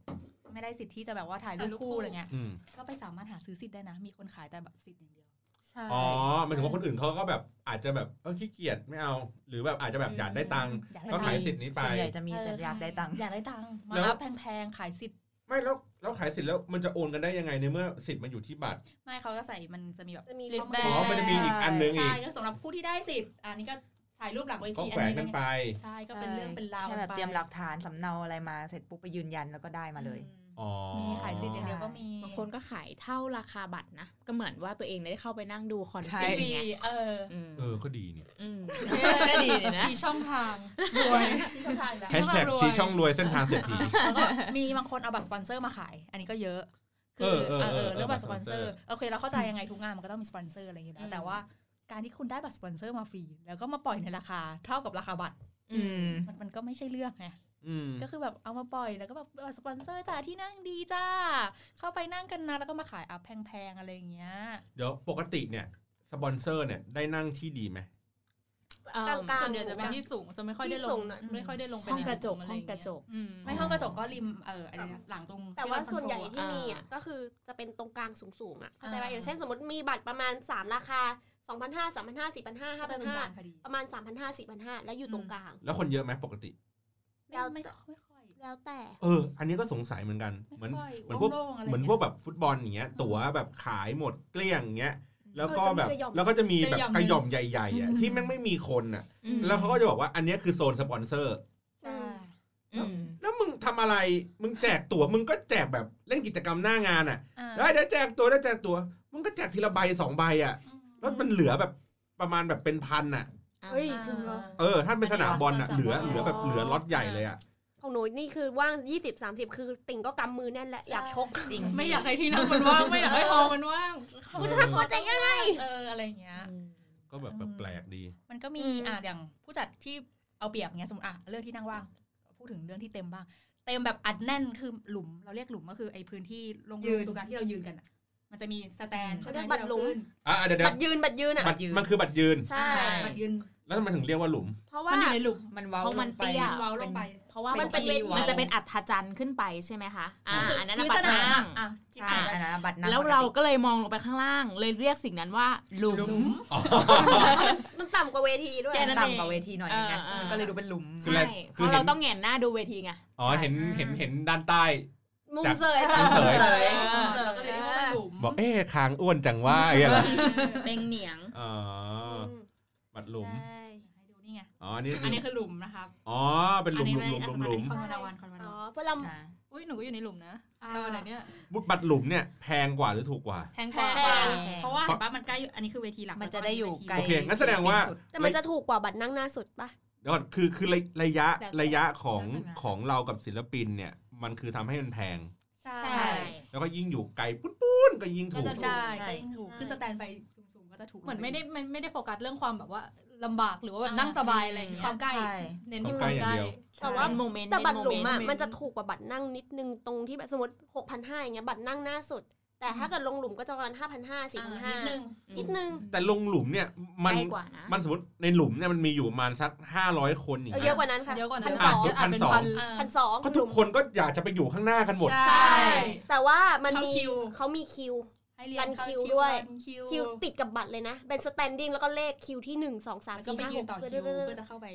[SPEAKER 4] ไม่ได้สิทธิ์ที่จะแบบว่าถ่ายรูปคู่อะไรเงี้ย
[SPEAKER 2] อืม
[SPEAKER 4] ก็ไปสามารถหาซื้อสิทธิ์ได้นะ มีคนขายแต่แบบสิทธิ์อย่างเดียว
[SPEAKER 5] ใช่
[SPEAKER 2] อ๋อหมายถึงว่าคนอื่นเขาก็แบบอาจจะแบบเออขี้เกียจไม่เอา หรือแบบอาจจะแบบอยากได้ตังค์
[SPEAKER 4] อยากได้ตังค์
[SPEAKER 2] ก็ขายสิทธิ์นี้ไป
[SPEAKER 5] ส่วนใหญ่จะมีแต่อยากได้ตังค์
[SPEAKER 4] อยากได้ตังค์มา
[SPEAKER 2] แล้ว
[SPEAKER 4] อัพแพงๆขายสิทธิ์
[SPEAKER 2] ไม่แล้วแล้วขายสิทธิ์แล้วมันจะโอนกันได้ยังไงในเมื่อสิทธิ์มันอยู่ที่บัตร
[SPEAKER 4] ไม่เขาจะใส่มันจะมีแบบ
[SPEAKER 3] จะมี
[SPEAKER 4] ลิปแบ
[SPEAKER 2] อ๋อมันจะมีอีกอันนึงอี
[SPEAKER 4] ใช่
[SPEAKER 2] ก
[SPEAKER 4] ก็สำหรับผู้ที่ได้สิทธิ์อันนี้ก็ถ่ายรูปหลังเว
[SPEAKER 2] ก็
[SPEAKER 4] ที
[SPEAKER 2] แขวนกันไป
[SPEAKER 4] ใช่ก็เป็นเรื่องเป็นราว
[SPEAKER 5] แค่แบบ
[SPEAKER 4] กันไป
[SPEAKER 5] เตรียมหลักฐานสำเนาอะไรมาเสร็จปุ๊บไปยืนยันแล้วก็ได้มาเลย
[SPEAKER 4] อื
[SPEAKER 2] อ๋อ
[SPEAKER 4] มมีขายสิทธิ์อย่างเดียวก็มี
[SPEAKER 6] บางคนก็ขายเท่าราคาบัตรนะ ก็เหมือนว่าตัวเองได้เข้าไปนั่งดูคอน
[SPEAKER 5] ใช่
[SPEAKER 6] เสิร์ต
[SPEAKER 4] ฟรี
[SPEAKER 6] ไง
[SPEAKER 4] เออ
[SPEAKER 6] อืม
[SPEAKER 2] เออก็ดีนี่
[SPEAKER 6] อืมก็ดีนี่นะ
[SPEAKER 7] ชี้ช่องทาง
[SPEAKER 4] รวยชี้ช่องทางแล้ว
[SPEAKER 2] แฮชแท็กชี้ช่องรวยเส้นทางเศรษ
[SPEAKER 4] *laughs*
[SPEAKER 2] ฐี
[SPEAKER 4] แล้วก็มีบางคนเอาบัตรสปอนเซอร์มาขาย อันนี้ก็เยอะคื
[SPEAKER 2] เออเออเออ
[SPEAKER 4] เรื่องบัตรสปอนเซอ
[SPEAKER 2] บัตรส
[SPEAKER 4] ร์
[SPEAKER 2] ปอนเซอร์
[SPEAKER 4] โอเคเราเข้าใจยังไงทุกงานมันก็ต้องมีสปอนเซอร์อะไรอย่างเงี้ยนะแต่ว่าการที่คุณได้บัตรสปอนเซอร์มาฟรีแล้วก็มาปล่อยในราคาเท่ากับราคาบัตร
[SPEAKER 5] อืม
[SPEAKER 4] มันมันก็ไม่ใช่เรื่องไง
[SPEAKER 2] อืม
[SPEAKER 4] ก็คือแบบเอามาปล่อยแล้วก็แบบสปอนเซอร์จ้าที่นั่งดีจ้า เข้าไปนั่งกันนะแล้วก็มาขายอัพแพงๆอะไรอย่างเงี้ย
[SPEAKER 2] เดี๋ยวปกติเนี่ยสปอนเซอร์เนี่ยได้นั่งที่ดีไหม
[SPEAKER 6] เอ่อ
[SPEAKER 3] กลางๆ
[SPEAKER 7] ส่วนใหญ่จะเป็นที่สูงจะไม่ค่อยได้ล
[SPEAKER 3] ที่สู
[SPEAKER 7] ง
[SPEAKER 3] งหน่อย
[SPEAKER 7] ไม่ค่อยได้ลงไป
[SPEAKER 6] ห้องกระจก
[SPEAKER 7] ใน
[SPEAKER 6] ห้องกระจก
[SPEAKER 7] อืม
[SPEAKER 4] ไม่ห้องกระจกก็ริมเอออะไรนะหลังตรง
[SPEAKER 3] แต่ว่า
[SPEAKER 4] ที่เร
[SPEAKER 3] ส่วนใหญ่
[SPEAKER 4] คอโทรลอะ
[SPEAKER 3] ที่มีอ่ะก็คือจะเป็นตรงกลางสูงๆอ่ะเข้าใจ
[SPEAKER 4] อ่า
[SPEAKER 3] ป่ะอย่างเช่นสมมติมีบัตรประมาณ 3 ราคา 2,500 3,500 4,500
[SPEAKER 4] ก็จะเป็นบาน
[SPEAKER 3] 5,500
[SPEAKER 4] พอดี
[SPEAKER 3] ประมาณ 3,500 4,500 แล้วอยู่ตรงกลาง
[SPEAKER 2] แล้วคนเยอะไหมปกติ
[SPEAKER 3] แล้ว
[SPEAKER 4] ไม่ค่อยไม่ค่อย
[SPEAKER 3] แล้วแต่
[SPEAKER 2] เออ อันนี้ก็สงสัยเหมือนกัน เหมือน
[SPEAKER 4] ไม่ค่อย
[SPEAKER 2] เหมือนพวก
[SPEAKER 4] โล่งๆอะไร
[SPEAKER 2] เหมือนพวกแบบฟุตบอลอย่างเงี้ย ตั๋วแบบขายหมดเกลี้ยงอย่างเงี้ย แล้วก็แบบ
[SPEAKER 3] เออจะมีกระหย่
[SPEAKER 2] แล้วก็จะมีแบบก
[SPEAKER 3] อม
[SPEAKER 4] ก
[SPEAKER 2] ระห
[SPEAKER 4] ระหย่
[SPEAKER 2] ย่อ
[SPEAKER 4] อ
[SPEAKER 2] ม
[SPEAKER 4] ม
[SPEAKER 2] ใหญ่ๆอ่ะที่แม่งไม่มีคนอ่ะ
[SPEAKER 6] อืม
[SPEAKER 2] แล้วเขาก็จะบอกว่าอันเนี้ยคือโซนสปอนเซอร์
[SPEAKER 4] ใช่
[SPEAKER 5] อืม
[SPEAKER 2] แล้วมึงทำอะไร มึงแจกตั๋ว มึงก็แจกแบบเล่นกิจกรรมหน้างานอ่ะ
[SPEAKER 4] อ่า
[SPEAKER 2] ได้ได้แจกตั๋วได้แจกตั๋ว มึงก็แจกทีละใบสองใบอ่ะ แล้วมันเหลือแบบประมาณแบบเป็นพันอ่ะ
[SPEAKER 6] อ่า
[SPEAKER 3] เฮ้ยถึงเหรอ
[SPEAKER 2] เออ ถ้าเป็นสนามบอลอ่ะ เหลือเหลือแบบเหลือล็อตใหญ่เลยอ่ะ
[SPEAKER 3] ของหนูนี่คือว่าง 20-30 คือติ่งก็กำมือแน่นแหละอยากชกจริง
[SPEAKER 7] ไม่อยากให้ที่นั่งมันว่าง ไม่อยากให้ฮอลล์มันว่าง
[SPEAKER 3] กูจะทำโปรเจกต์ยังไง
[SPEAKER 4] เอออะไรอย่างเงี้ย
[SPEAKER 2] ก็แบบแปลกๆดี
[SPEAKER 4] มันก็มี
[SPEAKER 3] อืม
[SPEAKER 4] อ่ะอย่างผู้จัดที่เอาเปรียบเงี้ยสมมติอ่ะเรื่องที่นั่งว่าง พูดถึงเรื่องที่เต็มบ้าง เต็มแบบอัดแน่นคือหลุมเราเรียกหลุมก็คือไอ้พื้นที่ลง
[SPEAKER 7] ยืน
[SPEAKER 4] ตรงกลางที่เรายืนกันอ่ะมันจะมีสแตน
[SPEAKER 3] เขาเรียกบัตรหลุม
[SPEAKER 2] อ่ะเดี๋ยวเดี๋ย
[SPEAKER 3] บั
[SPEAKER 2] ว
[SPEAKER 3] ตรยืนบัตรยืนอ่ะ
[SPEAKER 2] บัตรมันคือบัตรยืน
[SPEAKER 3] ใช่
[SPEAKER 6] ใช่
[SPEAKER 4] บัตรยืน
[SPEAKER 2] แล้วทำไมถึงเรียกว่าหลุม
[SPEAKER 3] เพราะ
[SPEAKER 7] มั
[SPEAKER 3] ว่าน
[SPEAKER 7] อยู่ในหลุม
[SPEAKER 5] มันเว้า
[SPEAKER 6] เพราะมัน
[SPEAKER 5] ลงไป
[SPEAKER 6] เตี้ย
[SPEAKER 4] เว้าลงไป
[SPEAKER 6] เพราะว่า
[SPEAKER 3] มั
[SPEAKER 6] มัน
[SPEAKER 3] เป็นเวที
[SPEAKER 6] มันจะเป็นอัฐจันทร์ขึ้นไปใช่ไหมคะ อ่า อันนั้นนะบัตร
[SPEAKER 4] พื้ส
[SPEAKER 6] นั่
[SPEAKER 4] ม
[SPEAKER 6] ง
[SPEAKER 4] อ่ะที่
[SPEAKER 5] ใช่
[SPEAKER 4] อ่ะ
[SPEAKER 5] อันนั้นบัตรนั่ง
[SPEAKER 6] แล้วเราก็เลยมองลงไปข้างล่าง เลยเรียกสิ่งนั้นว่าหลุม
[SPEAKER 2] อ๋อ
[SPEAKER 3] มันต่ำกว่าเวทีด้วย
[SPEAKER 6] แค่
[SPEAKER 5] มันต่ำกว่าเวทีหน่อยนึงนะ
[SPEAKER 6] เออเออ
[SPEAKER 5] มันก็เลยดูเป็นหลุม
[SPEAKER 2] คืออะไร
[SPEAKER 6] ใช่
[SPEAKER 2] คื
[SPEAKER 6] เพ
[SPEAKER 2] อเห็น
[SPEAKER 6] ราะเราต้องแหงนหน้าดูเวทีไง
[SPEAKER 2] อ๋อ เห็น เห็น เห็นด้านใต้
[SPEAKER 3] มุมเสยจ้ะ
[SPEAKER 2] มุม
[SPEAKER 3] มุม
[SPEAKER 2] เส
[SPEAKER 3] เส
[SPEAKER 2] ย
[SPEAKER 3] ย
[SPEAKER 4] เออเราก็เลยเรียกว่าเป็นหลุม
[SPEAKER 2] บอก เอ๊ะคางอ้วนจังว่าอย่างเงี้ยเหรอ
[SPEAKER 6] เป็นเหนียง
[SPEAKER 2] อ๋อ บัตรหลุม
[SPEAKER 3] ใช่
[SPEAKER 4] ให้ดูนี่ไง
[SPEAKER 2] อ๋ออันนี้
[SPEAKER 4] อั
[SPEAKER 2] คื
[SPEAKER 4] น
[SPEAKER 2] อ
[SPEAKER 4] นี้คือหลุมนะครับ
[SPEAKER 2] อ๋อ เป็นหลุมหลุมหลุมหลุมหลุม
[SPEAKER 4] คอนวานวันคอนวาน
[SPEAKER 3] อ๋อ
[SPEAKER 4] วัน
[SPEAKER 3] เพื่อเรา
[SPEAKER 5] อ่า
[SPEAKER 7] อุ้ยหนูก็อยู่ในหลุมนะ
[SPEAKER 3] อ่า
[SPEAKER 7] แต่วันไหนเนี่ย
[SPEAKER 2] บุตรบัตรหลุมเนี่ยแพงกว่าหรือถูกกว่า
[SPEAKER 7] แพง
[SPEAKER 4] แพ
[SPEAKER 7] กว่า
[SPEAKER 4] ง
[SPEAKER 5] แพง
[SPEAKER 4] เพราะว่าเห็นปะมันใกล้อันนี้คือเวทีหลัก
[SPEAKER 5] มันจะได้อยู่ไกล
[SPEAKER 2] โอเคงั้นแสดงว่า
[SPEAKER 5] สุด
[SPEAKER 3] แต่มันจะถูกกว่าบัตรนั่งหน้าสุดปะ
[SPEAKER 2] เดี๋ยวก่อนคือคือระระยะ
[SPEAKER 7] แล้วแต่
[SPEAKER 2] ระยะของ
[SPEAKER 5] แล้วแต่นะ
[SPEAKER 2] ของเรากับศิลปินเนี่ย มันคือทำให้มันแพง
[SPEAKER 4] ใช่
[SPEAKER 6] ใช่
[SPEAKER 2] แล้วก็ยิ่งอยู่ไกลปุ้นๆก็ยิ่ง
[SPEAKER 7] ก็
[SPEAKER 2] ถูก
[SPEAKER 7] จะถูก
[SPEAKER 4] ใช่
[SPEAKER 5] ใช่
[SPEAKER 4] ก็ยิ่งถูก
[SPEAKER 3] ใช่
[SPEAKER 4] ขึ้นสแตนไปสูงๆก็จะถูก
[SPEAKER 7] เหมือนไม่ได้ไม่ไม่ได้โฟกัสเรื่องความแบบว่าลำบากหรือว่าแบบ
[SPEAKER 4] อ่
[SPEAKER 7] นั่งสบายอะไรอย่างเงี้ย
[SPEAKER 4] ความใกล้
[SPEAKER 5] ใช่
[SPEAKER 7] เน้นที่
[SPEAKER 2] ค
[SPEAKER 7] คาว
[SPEAKER 2] วาม ม
[SPEAKER 7] ใก
[SPEAKER 2] ใกล้
[SPEAKER 7] ล้
[SPEAKER 2] อย่างเดียว
[SPEAKER 3] แต่ว่า
[SPEAKER 6] เน้นโมเมนต์
[SPEAKER 3] แต่บัตรหลุมอ่ะ
[SPEAKER 6] เน้นโเต์
[SPEAKER 3] มันจะถูกกว่าบัตรนั่งนิดนึงตรงที่แบบสมมติ6 5 0 0อย่างเงี้ยบัตรนั่งหน้าสุด แต่ถ้าเกิดลงหลุมก็จะประมาณ5 5 0 0
[SPEAKER 4] อ่า
[SPEAKER 3] 4 5
[SPEAKER 4] นิดนึง
[SPEAKER 3] 0 0นิดนึง
[SPEAKER 2] แต่ลงหลุมเนี่ยมัน
[SPEAKER 6] ใกล้กว่านะ
[SPEAKER 2] มันสมมติในหลุมเนี่ยมันมีอยู่ประมาณสักห้าร้อยคนอย่าง
[SPEAKER 3] เออ
[SPEAKER 2] เงี้
[SPEAKER 3] เยอะ
[SPEAKER 2] ย
[SPEAKER 3] กว่านั้นค่ะ
[SPEAKER 7] เยอะกว่านั้
[SPEAKER 3] พั
[SPEAKER 7] น
[SPEAKER 3] นสอง
[SPEAKER 2] อ่ะ
[SPEAKER 7] าจเป็นพัน
[SPEAKER 3] พันสอง
[SPEAKER 2] ก็ทุกคนก็อยากจะไปอยู่ข้างหน้ากันหมด
[SPEAKER 7] ใช่
[SPEAKER 4] ใช่
[SPEAKER 3] แต่ว่ามันมี
[SPEAKER 4] เข้าคิว
[SPEAKER 3] เขามีคิว
[SPEAKER 4] ให้เรีย
[SPEAKER 3] รั
[SPEAKER 4] น
[SPEAKER 3] น
[SPEAKER 4] เข้า
[SPEAKER 3] คิวด้วย
[SPEAKER 4] รันคิว
[SPEAKER 3] คิวติดกับบัตรเลยนะ เป็นสแตนดิ้งแล้วก็เลขคิวที่หนึ่งสองสาม
[SPEAKER 4] แล้วก็
[SPEAKER 3] สี่
[SPEAKER 4] ไป
[SPEAKER 3] ห้า
[SPEAKER 4] ยื
[SPEAKER 3] ห
[SPEAKER 4] น
[SPEAKER 3] ก
[SPEAKER 4] ต่อคิวเพื่อจะเข้าไป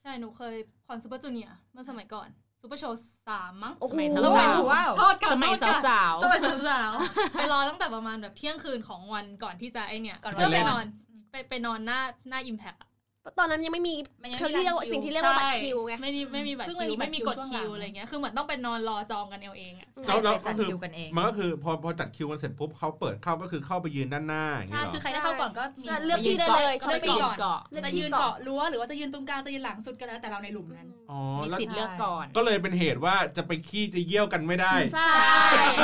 [SPEAKER 7] ใช่หนูเคยคอนซูเปอร์จูเนียร์เมื่อสมัยก่อนซูเปอร์โชว์สามมั้ง
[SPEAKER 3] โอ้โห
[SPEAKER 6] สมัยส
[SPEAKER 5] แล้ว
[SPEAKER 6] าว
[SPEAKER 5] ว้าว
[SPEAKER 6] ๆ
[SPEAKER 7] โทษค่ะ
[SPEAKER 6] สมัย
[SPEAKER 7] โทษ
[SPEAKER 6] สาว
[SPEAKER 7] ค่ะ
[SPEAKER 6] สาว
[SPEAKER 7] สมัยสาวๆไปรอตั้งแต่ประมาณแบบเที่ยงคืนของวันก่อนที่จะไอเนี่ย
[SPEAKER 4] ก่อน
[SPEAKER 7] เพื่อ
[SPEAKER 2] ไป
[SPEAKER 7] ไป
[SPEAKER 2] เล่น
[SPEAKER 7] นอนไปไปนอนหน้าหน้าอิมแพค
[SPEAKER 3] ตอนนั้นยังไม่มี
[SPEAKER 4] มันยังไม่
[SPEAKER 3] เขา
[SPEAKER 4] มี
[SPEAKER 3] เรียกว่า
[SPEAKER 4] รันคิว
[SPEAKER 3] สิ่งที่เรียกว่าบัตรคิวไง
[SPEAKER 7] ไม่มีไม่มีบัตร
[SPEAKER 4] เพิ่ง
[SPEAKER 7] คิว
[SPEAKER 4] ไม่มีบัตร
[SPEAKER 7] ไม่มีกด
[SPEAKER 4] คิวช่วงหลัง
[SPEAKER 7] คิวอะไรเงี้ยคือเหมือนต้องไปนอนรอจองกันเอาเองอะ
[SPEAKER 2] แล้
[SPEAKER 5] แล้ว ว
[SPEAKER 2] แล้ว
[SPEAKER 5] เรา
[SPEAKER 2] ก็
[SPEAKER 5] จัด
[SPEAKER 2] คือ
[SPEAKER 5] คิวกันเอง
[SPEAKER 2] มันก็คือพอพอจัดคิวกันเสร็จปุ๊บเขาเปิดเข้าก็คือเข้าไปยืนด้านหน้าอย่าง
[SPEAKER 4] ใช่
[SPEAKER 2] เงี้ยเหร
[SPEAKER 4] คือ
[SPEAKER 2] อ
[SPEAKER 4] ใครได้เข้าก่อนก็มี
[SPEAKER 3] ใช่เลือกที่ได้เลย
[SPEAKER 4] เลือก
[SPEAKER 3] ใช่
[SPEAKER 4] ที่
[SPEAKER 3] ไหม
[SPEAKER 4] ก่อน
[SPEAKER 6] เกาะ
[SPEAKER 4] จะยืนเกาะรั้วหรือว่าจะยืนตรงกลางจะยืนหลังสุดก็แล้วแต่เราในหลุมนั้น
[SPEAKER 2] อ๋อ
[SPEAKER 6] มี
[SPEAKER 2] แล้ว
[SPEAKER 6] สิทธิ์เลือกก่อน
[SPEAKER 2] ก็เลยเป็นเหตุว่าจะไปขี้จะเยี่ยวกันไม่ได้
[SPEAKER 3] ใช่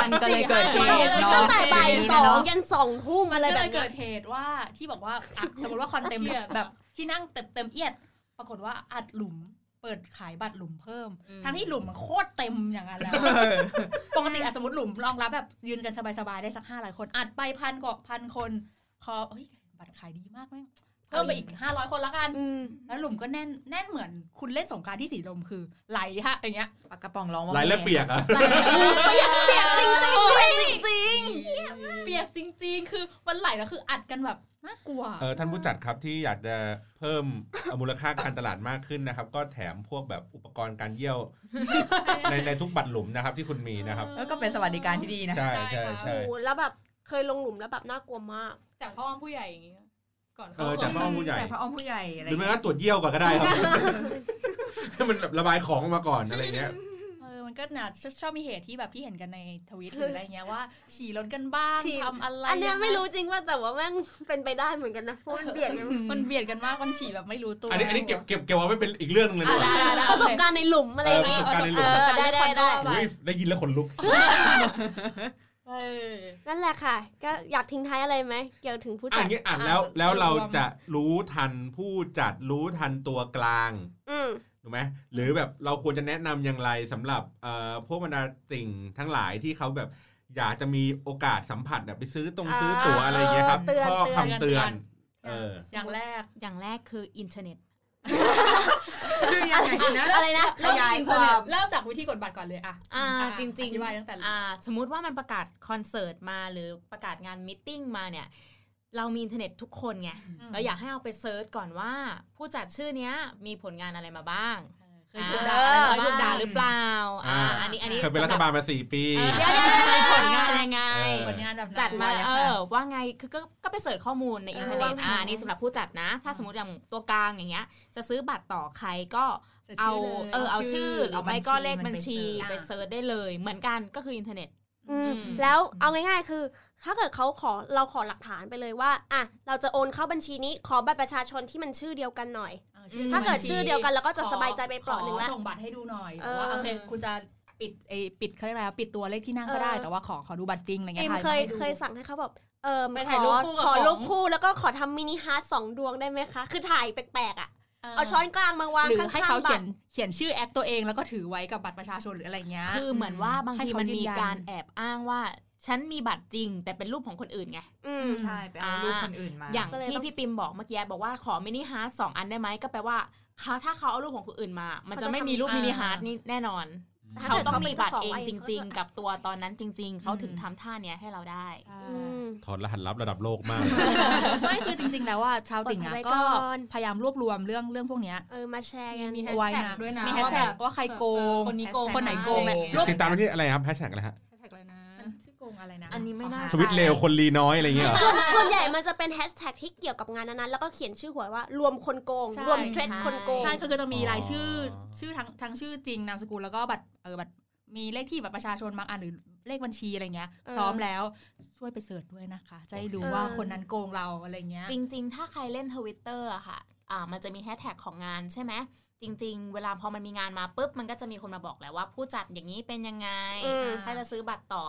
[SPEAKER 5] มันก็เลยเกิดเห
[SPEAKER 7] สี่
[SPEAKER 5] ตุเน
[SPEAKER 7] ห้า
[SPEAKER 3] ตั้
[SPEAKER 5] อะ
[SPEAKER 3] งแต่บ่ายสองยันสองทุ่ม
[SPEAKER 4] มั
[SPEAKER 3] อะ
[SPEAKER 4] น
[SPEAKER 3] ไร
[SPEAKER 4] ก็
[SPEAKER 3] แบบ
[SPEAKER 4] เลย
[SPEAKER 3] เนี้
[SPEAKER 4] เกิ
[SPEAKER 3] ย
[SPEAKER 4] ดเหตุว่าที่บอกว่า *laughs* อ่ะสมมติว่าคอน
[SPEAKER 3] *laughs*
[SPEAKER 4] เต็มแบบที่นั่งเต็มเต็มเอียด ปรากฏว่าอัดหลุมเปิดขายบัตรหลุมเพิ่ม ทั้งที่หลุมมันโคตรเต็มอย่างนั้นแล้วปกติอ่ะสมมติหลุมรองรับแบบยืนกันสบายๆได้สักห้าหลายคนอัดไปพันกว่าพันคนคอเฮ้ยบัตรขายดีมากแม่งเพิ่มไปอีกห้าร้อยคนละกัน แล้วหลุมก็แน่นแน่นเหมือนคุณเล่นสงกรารที่สีลมคือไหลฮะอย่างเงี้ย
[SPEAKER 5] ปากกระป๋องร้องว่า
[SPEAKER 2] หลายและเปียกอะ
[SPEAKER 4] เปียกเปียกจริงจริงเปียกจริงเปียกจริง ๆ คือมันไหลแล้วคืออัดกันแบบน่ากลัว
[SPEAKER 2] เออท่านผู้จัดครับที่อยากจะเพิ่มมูลค่าการตลาดมากขึ้นนะครับ ก็แถมพวกแบบอุปกรณ์การเยี่ยวในในทุกบัตรหลุมนะครับที่คุณมีนะครับ
[SPEAKER 5] แล้วก็เป็นสวัสดิการที่ดีนะ
[SPEAKER 2] ใช่ใช่ใช่
[SPEAKER 3] โอ้โหแล้วแบบเคยลงหลุมแล้วแบบน่ากลัวมาก
[SPEAKER 7] จากพ่อผู้ใหญ่อย่างเงี้ยก่อน
[SPEAKER 2] เอ
[SPEAKER 7] เข้า
[SPEAKER 2] อจากพ่อผู้ใหญ่
[SPEAKER 5] แจกพระอ้อมผู้ใหญ่อะไร
[SPEAKER 2] หรือไม่ก็ตรวจเยี่ยวก่อนก็ได้ครับ ให้มันแบบระบายของออกมาก่อนอะไรเงี้ย
[SPEAKER 4] เออมันก็น่าชอบชอบมีเหตุที่แบบที่เห็นกันในทวิตหรืออะไรเงี้ยว่า ฉี่รถกันบ้าง
[SPEAKER 3] ฉี่
[SPEAKER 4] ทำอะไร
[SPEAKER 3] อันเนี้ย
[SPEAKER 4] ยังง
[SPEAKER 3] ไม่รู้จริงว่าแต่ว่าแม่ง *laughs* เป็นไปได้เหมือนกันนะเพราะมันเบียดกัน
[SPEAKER 4] มันเบียดกันมากมันฉี่แบบไม่รู้ตัว
[SPEAKER 2] อันนี้อันนี้เก็บเก็บเก็บเอาไว้เป็นอีกเรื่องหนึงเลยดีกว่า
[SPEAKER 4] อ่ะได้ได้
[SPEAKER 3] ประสบการณ์ในหลุมอะไรอย่างเงี้ย
[SPEAKER 2] ประสบการณ์ในหลุม
[SPEAKER 3] เออได้ได้ได้
[SPEAKER 2] อุ๊ยได้ยินแล้วขนลุก
[SPEAKER 4] เออ
[SPEAKER 3] นั่นแหละค่ะ ก็อยากทิ้งท้ายอะไรไหมเกี่ยวถึงผู้
[SPEAKER 2] อ่า
[SPEAKER 3] จั
[SPEAKER 2] น
[SPEAKER 3] ด
[SPEAKER 2] นี้อ่านแล้ว
[SPEAKER 4] อ่ะ
[SPEAKER 2] แล้วเรา
[SPEAKER 4] รวม
[SPEAKER 2] จะรู้ทันผู้จัดรู้ทันตัวกลาง
[SPEAKER 3] อืม
[SPEAKER 2] ถูกไหมหรือแบบเราควรจะแนะนำอย่างไรสำหรับเอ่อพวกบรรดาติ่งทั้งหลายที่เขาแบบอยากจะมีโอกาสสัมผัสแบบไปซื้อตรงซื้อตั๋วอะไรเงี้ยครับ
[SPEAKER 3] เตือน
[SPEAKER 2] ข้อ
[SPEAKER 3] เตือน
[SPEAKER 2] คำเตือน เออ
[SPEAKER 4] อย่างแรก
[SPEAKER 6] อย่างแรกคืออินเทอร์เน็ต
[SPEAKER 5] คือยังไงนะ
[SPEAKER 3] อะไรนะ
[SPEAKER 5] ขยายความ
[SPEAKER 4] เริ่มจากวิธีกดบัตรก่อนเลยอ่ะ
[SPEAKER 6] อ่า
[SPEAKER 4] ะ
[SPEAKER 6] จริงๆ
[SPEAKER 4] อธิบายตั้งแต่
[SPEAKER 6] อ่าสมมุติว่ามันประกาศคอนเสิร์ตมาหรือประกาศงานมิทติ้งมาเนี่ย เรามีอินเทอร์เน็ตทุกคนไงเราอยากให้เอาไปเซิร์ชก่อนว่า ผู้จัดชื่อเนี้ยมีผลงานอะไรมาบ้าง
[SPEAKER 4] เคยถูกด่าเค
[SPEAKER 6] อ่เค
[SPEAKER 4] ย
[SPEAKER 6] ย
[SPEAKER 4] ถู
[SPEAKER 6] ถู
[SPEAKER 4] ก
[SPEAKER 6] ก
[SPEAKER 4] ด่า
[SPEAKER 6] ด่า
[SPEAKER 4] ห
[SPEAKER 6] ห
[SPEAKER 4] รื
[SPEAKER 6] รือ อ
[SPEAKER 4] เป
[SPEAKER 6] เป
[SPEAKER 4] ล่า
[SPEAKER 6] ล่า
[SPEAKER 2] อ่า
[SPEAKER 6] อ่าอันนี้อันนี้
[SPEAKER 2] เคยเป็นรัฐบาลมาสี่ปี
[SPEAKER 6] สำหรับ
[SPEAKER 3] เดี๋ยวเดี๋ยวเดี๋ยว
[SPEAKER 6] มีผลงานยังไง
[SPEAKER 2] เออ
[SPEAKER 4] ผลงานแบบไหน
[SPEAKER 6] จัดมา
[SPEAKER 5] ว่ายัง
[SPEAKER 6] เอ
[SPEAKER 5] ไง
[SPEAKER 6] อว่าไงคือก็ก็ไปเสิร์ชข้อมูลในอินเทอร์เน็ต
[SPEAKER 3] เออว่าไง
[SPEAKER 6] อ่าอันนี่สำหรับผู้จัดนะ ถ้าสมมติอย่างตัวกลางอย่างเงี้ย จะซื้อบัตรต่อใครก็เอาเออเอาชื่อหรือไม่ก็เลขบัญชี
[SPEAKER 4] หรือบั
[SPEAKER 6] ไป
[SPEAKER 4] ญชี
[SPEAKER 6] เสิร์ชได้เลย เหมือนกันก็คืออินเทอร์เน็ต
[SPEAKER 3] อืม
[SPEAKER 6] อืม
[SPEAKER 3] แล้วเอาง่ายๆ คือ ถ้าเกิดเขาขอเราขอหลักฐานไปเลยว่าอ่ะเราจะโอนเข้าบัญชีนี้ขอบัตรประชาชนที่มันชื่อเดียวกันหน่อย
[SPEAKER 4] อ่ชื่อ
[SPEAKER 3] ถ้าเกิดชื่อเดียวกันเราก็จะ
[SPEAKER 4] ขอ
[SPEAKER 3] สบายใจไปเปราะหนึ่งแล้ว
[SPEAKER 4] ขอส่งบัตรให้ดูหน่อย
[SPEAKER 3] เออ
[SPEAKER 4] ว่าโอเคคุณจะปิดไอปิดเขาเรียกอะไรปิดตัวเลขที่นั่งก็ได้แต่ว่าขอขอดูบัตรจริงอะไรเงี้
[SPEAKER 3] เอย ม
[SPEAKER 4] ถ่า
[SPEAKER 3] เคย
[SPEAKER 4] มาให้ดู
[SPEAKER 3] เคยสั่งให้เขาแบบเออ
[SPEAKER 7] ไป
[SPEAKER 3] ข
[SPEAKER 7] ถ่าย
[SPEAKER 3] อ
[SPEAKER 7] รูปคู่กับ
[SPEAKER 3] ขอ
[SPEAKER 7] ของ
[SPEAKER 3] รูปคู่แล้วก็ขอทำมินิฮาร์ทสองดวงได้ไหมคะ คือถ่ายแปลกๆอ่ะ เอาช้อนกลางมาวาง
[SPEAKER 4] หรือ
[SPEAKER 3] ข้าง
[SPEAKER 4] ให้เขา
[SPEAKER 3] ๆบั
[SPEAKER 4] เขีย
[SPEAKER 3] ต
[SPEAKER 4] น
[SPEAKER 3] ร
[SPEAKER 4] เขียนชื่อแอคตัวเองแล้วก็ถือไว้กับบัตรประชาชนหรืออะไรเงี้ย
[SPEAKER 6] คือเหมือนว่าบาง
[SPEAKER 4] ให้
[SPEAKER 6] ที
[SPEAKER 4] เขา
[SPEAKER 6] มัน
[SPEAKER 4] ยืน
[SPEAKER 6] มี
[SPEAKER 4] ยัน
[SPEAKER 6] การแอบอ้างว่า ฉันมีบัตรจริง แต่เป็นรูปของคนอื่นไง
[SPEAKER 3] อืม
[SPEAKER 5] ใช่ไปเอารูปคนอื่นมา
[SPEAKER 6] อย่าง
[SPEAKER 3] ก็เลยต้
[SPEAKER 6] ที่
[SPEAKER 3] อง
[SPEAKER 6] พี่ปิมบอกเมื่อกี้บอกว่าขอมินิฮาร์ทสองอันได้ไหมก็แปลว่าเขาถ้าเขาเอารูปของคนอื่นมา มันจะไม่มีรูปมินิฮาร์ทนี่แน่นอน
[SPEAKER 3] แต่
[SPEAKER 6] เขา
[SPEAKER 3] กิด
[SPEAKER 6] ต้องมี
[SPEAKER 3] จ้
[SPEAKER 6] บัตร
[SPEAKER 3] ข
[SPEAKER 6] เอง
[SPEAKER 3] ไว้
[SPEAKER 6] จริง
[SPEAKER 3] เขา
[SPEAKER 6] ๆ
[SPEAKER 3] ก็
[SPEAKER 6] กับตัวตอนนั้นจริง ๆ เขาถึงทำท่าเนี้ยให้เราได้
[SPEAKER 3] อืม
[SPEAKER 2] ถอนรหัสลับระดับโลกมากเลย
[SPEAKER 4] ไม่คือจริง ๆ แล้วว่าชาวติ่ง
[SPEAKER 3] กด
[SPEAKER 4] อะ
[SPEAKER 3] ไว้ก่
[SPEAKER 4] ก็
[SPEAKER 3] อน
[SPEAKER 4] พยายามรวบรวมเรื่องเรื่องพวกเนี้ย
[SPEAKER 3] เออมาแชร์กัน
[SPEAKER 7] มี
[SPEAKER 4] เอา
[SPEAKER 7] hashtag
[SPEAKER 4] ไว้นะ
[SPEAKER 7] ด้วยนะ
[SPEAKER 4] มีแฮชแท็ก
[SPEAKER 7] ว่าแบบ
[SPEAKER 4] ว่าใครโกง
[SPEAKER 7] คนนี้โกง
[SPEAKER 4] คนไหนโกง
[SPEAKER 5] อะไร
[SPEAKER 4] เนี่
[SPEAKER 5] อย่างเงี้
[SPEAKER 4] ย
[SPEAKER 5] ย
[SPEAKER 4] รวบ
[SPEAKER 2] ติดตามไปที่อะไรครับแฮชแท็กอะไรฮะ
[SPEAKER 7] แท็กเลยนะ
[SPEAKER 4] ชื่อโกงอะไรนะ
[SPEAKER 6] อันนี้ไม่น่า
[SPEAKER 2] ชีวิตเลวคนรีน้อยอะไรเงี้ยเหรอ
[SPEAKER 3] ส่วนส่วนใหญ่มันจะเป็นแฮชแท็กที่เกี่ยวกับงานนั้นๆแล้วก็เขียนชื่อหัวว่ารวมคนโกง รวมเทรดคนโกง
[SPEAKER 4] ใช่ก็คือจะมีรายชื่อ
[SPEAKER 2] อ๋อ
[SPEAKER 4] ชื่อทั้งทั้งชื่อจริงนามสกุลแล้วก็บัตรเออบัตร มีเลขที่แบบประชาชนบางอันหรือเลขบัญชีอะไรเงี้ย
[SPEAKER 3] เออ
[SPEAKER 4] พร้อมแล้วช่วยไปเสิร์ชด้วยนะคะ จะได้รู้
[SPEAKER 3] เออ
[SPEAKER 4] ว่าคนนั้นโกงเราอะไรเงี้ย
[SPEAKER 6] จริง ๆ ถ้าใครเล่นทวิตเตอร์อะค่ะ อ่า มันจะมีแฮชแท็กของงานใช่ไหม จริง ๆ เวลาพอมันมีงานมาปุ๊บ มันก็จะมีคนมาบอกแล้วว่าผู้จัดอย่างนี้เป็นยังไง
[SPEAKER 3] อืม
[SPEAKER 6] ถ้าจะซื้อบัตรต่อ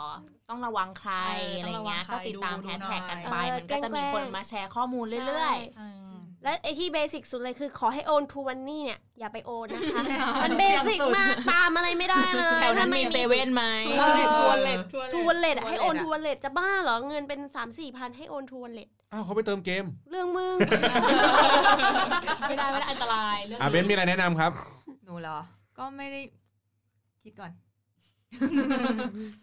[SPEAKER 6] ต้องระวังใคร
[SPEAKER 4] เอออ
[SPEAKER 6] อะไรเงี้ย
[SPEAKER 4] ต้
[SPEAKER 6] ก็
[SPEAKER 4] องระวังใคร
[SPEAKER 6] ติดตาม
[SPEAKER 4] ดู
[SPEAKER 6] แฮชแท็กกันไป
[SPEAKER 3] ดูหน่อย
[SPEAKER 6] มันก็จะมีคนมาแชร์ข้อมูล
[SPEAKER 3] ใช่
[SPEAKER 6] เรื่อย
[SPEAKER 4] เออ
[SPEAKER 3] และไอที่เบสิกสุดเลยคือขอให้โอนทูวันนี่เนี่ยอย่าไปโอนนะคะ
[SPEAKER 7] มั
[SPEAKER 3] มัน น
[SPEAKER 7] เบ
[SPEAKER 3] เบ
[SPEAKER 7] สิ
[SPEAKER 3] สิ
[SPEAKER 7] กมาม
[SPEAKER 3] กากกตามอะไรไม่ได้เลย
[SPEAKER 6] ๆแถวนั้น
[SPEAKER 3] ถ้า
[SPEAKER 6] มี
[SPEAKER 3] ไ
[SPEAKER 6] เซเว่นไหม
[SPEAKER 7] ทัวร์เล็ตทัวร์เล็ตทัวร์
[SPEAKER 3] ทู
[SPEAKER 7] เล็
[SPEAKER 3] วัน
[SPEAKER 7] ต
[SPEAKER 3] เลทให้โอน
[SPEAKER 5] อะ
[SPEAKER 3] ทูวันเลทจะบ้าเหรอเงินเป็น3 4มสี่พันให้โอนทูวันเลท
[SPEAKER 2] อ้าวเขาไปเติมเกม
[SPEAKER 3] เรื่องมึง
[SPEAKER 6] ไม่ได้ไม่ได้อันตรายเรื่อง
[SPEAKER 2] อ่ะเบนซ์มีอะไรแนะนำครับ
[SPEAKER 5] หนูเหรอ ก็ไม่ได้คิดก่อน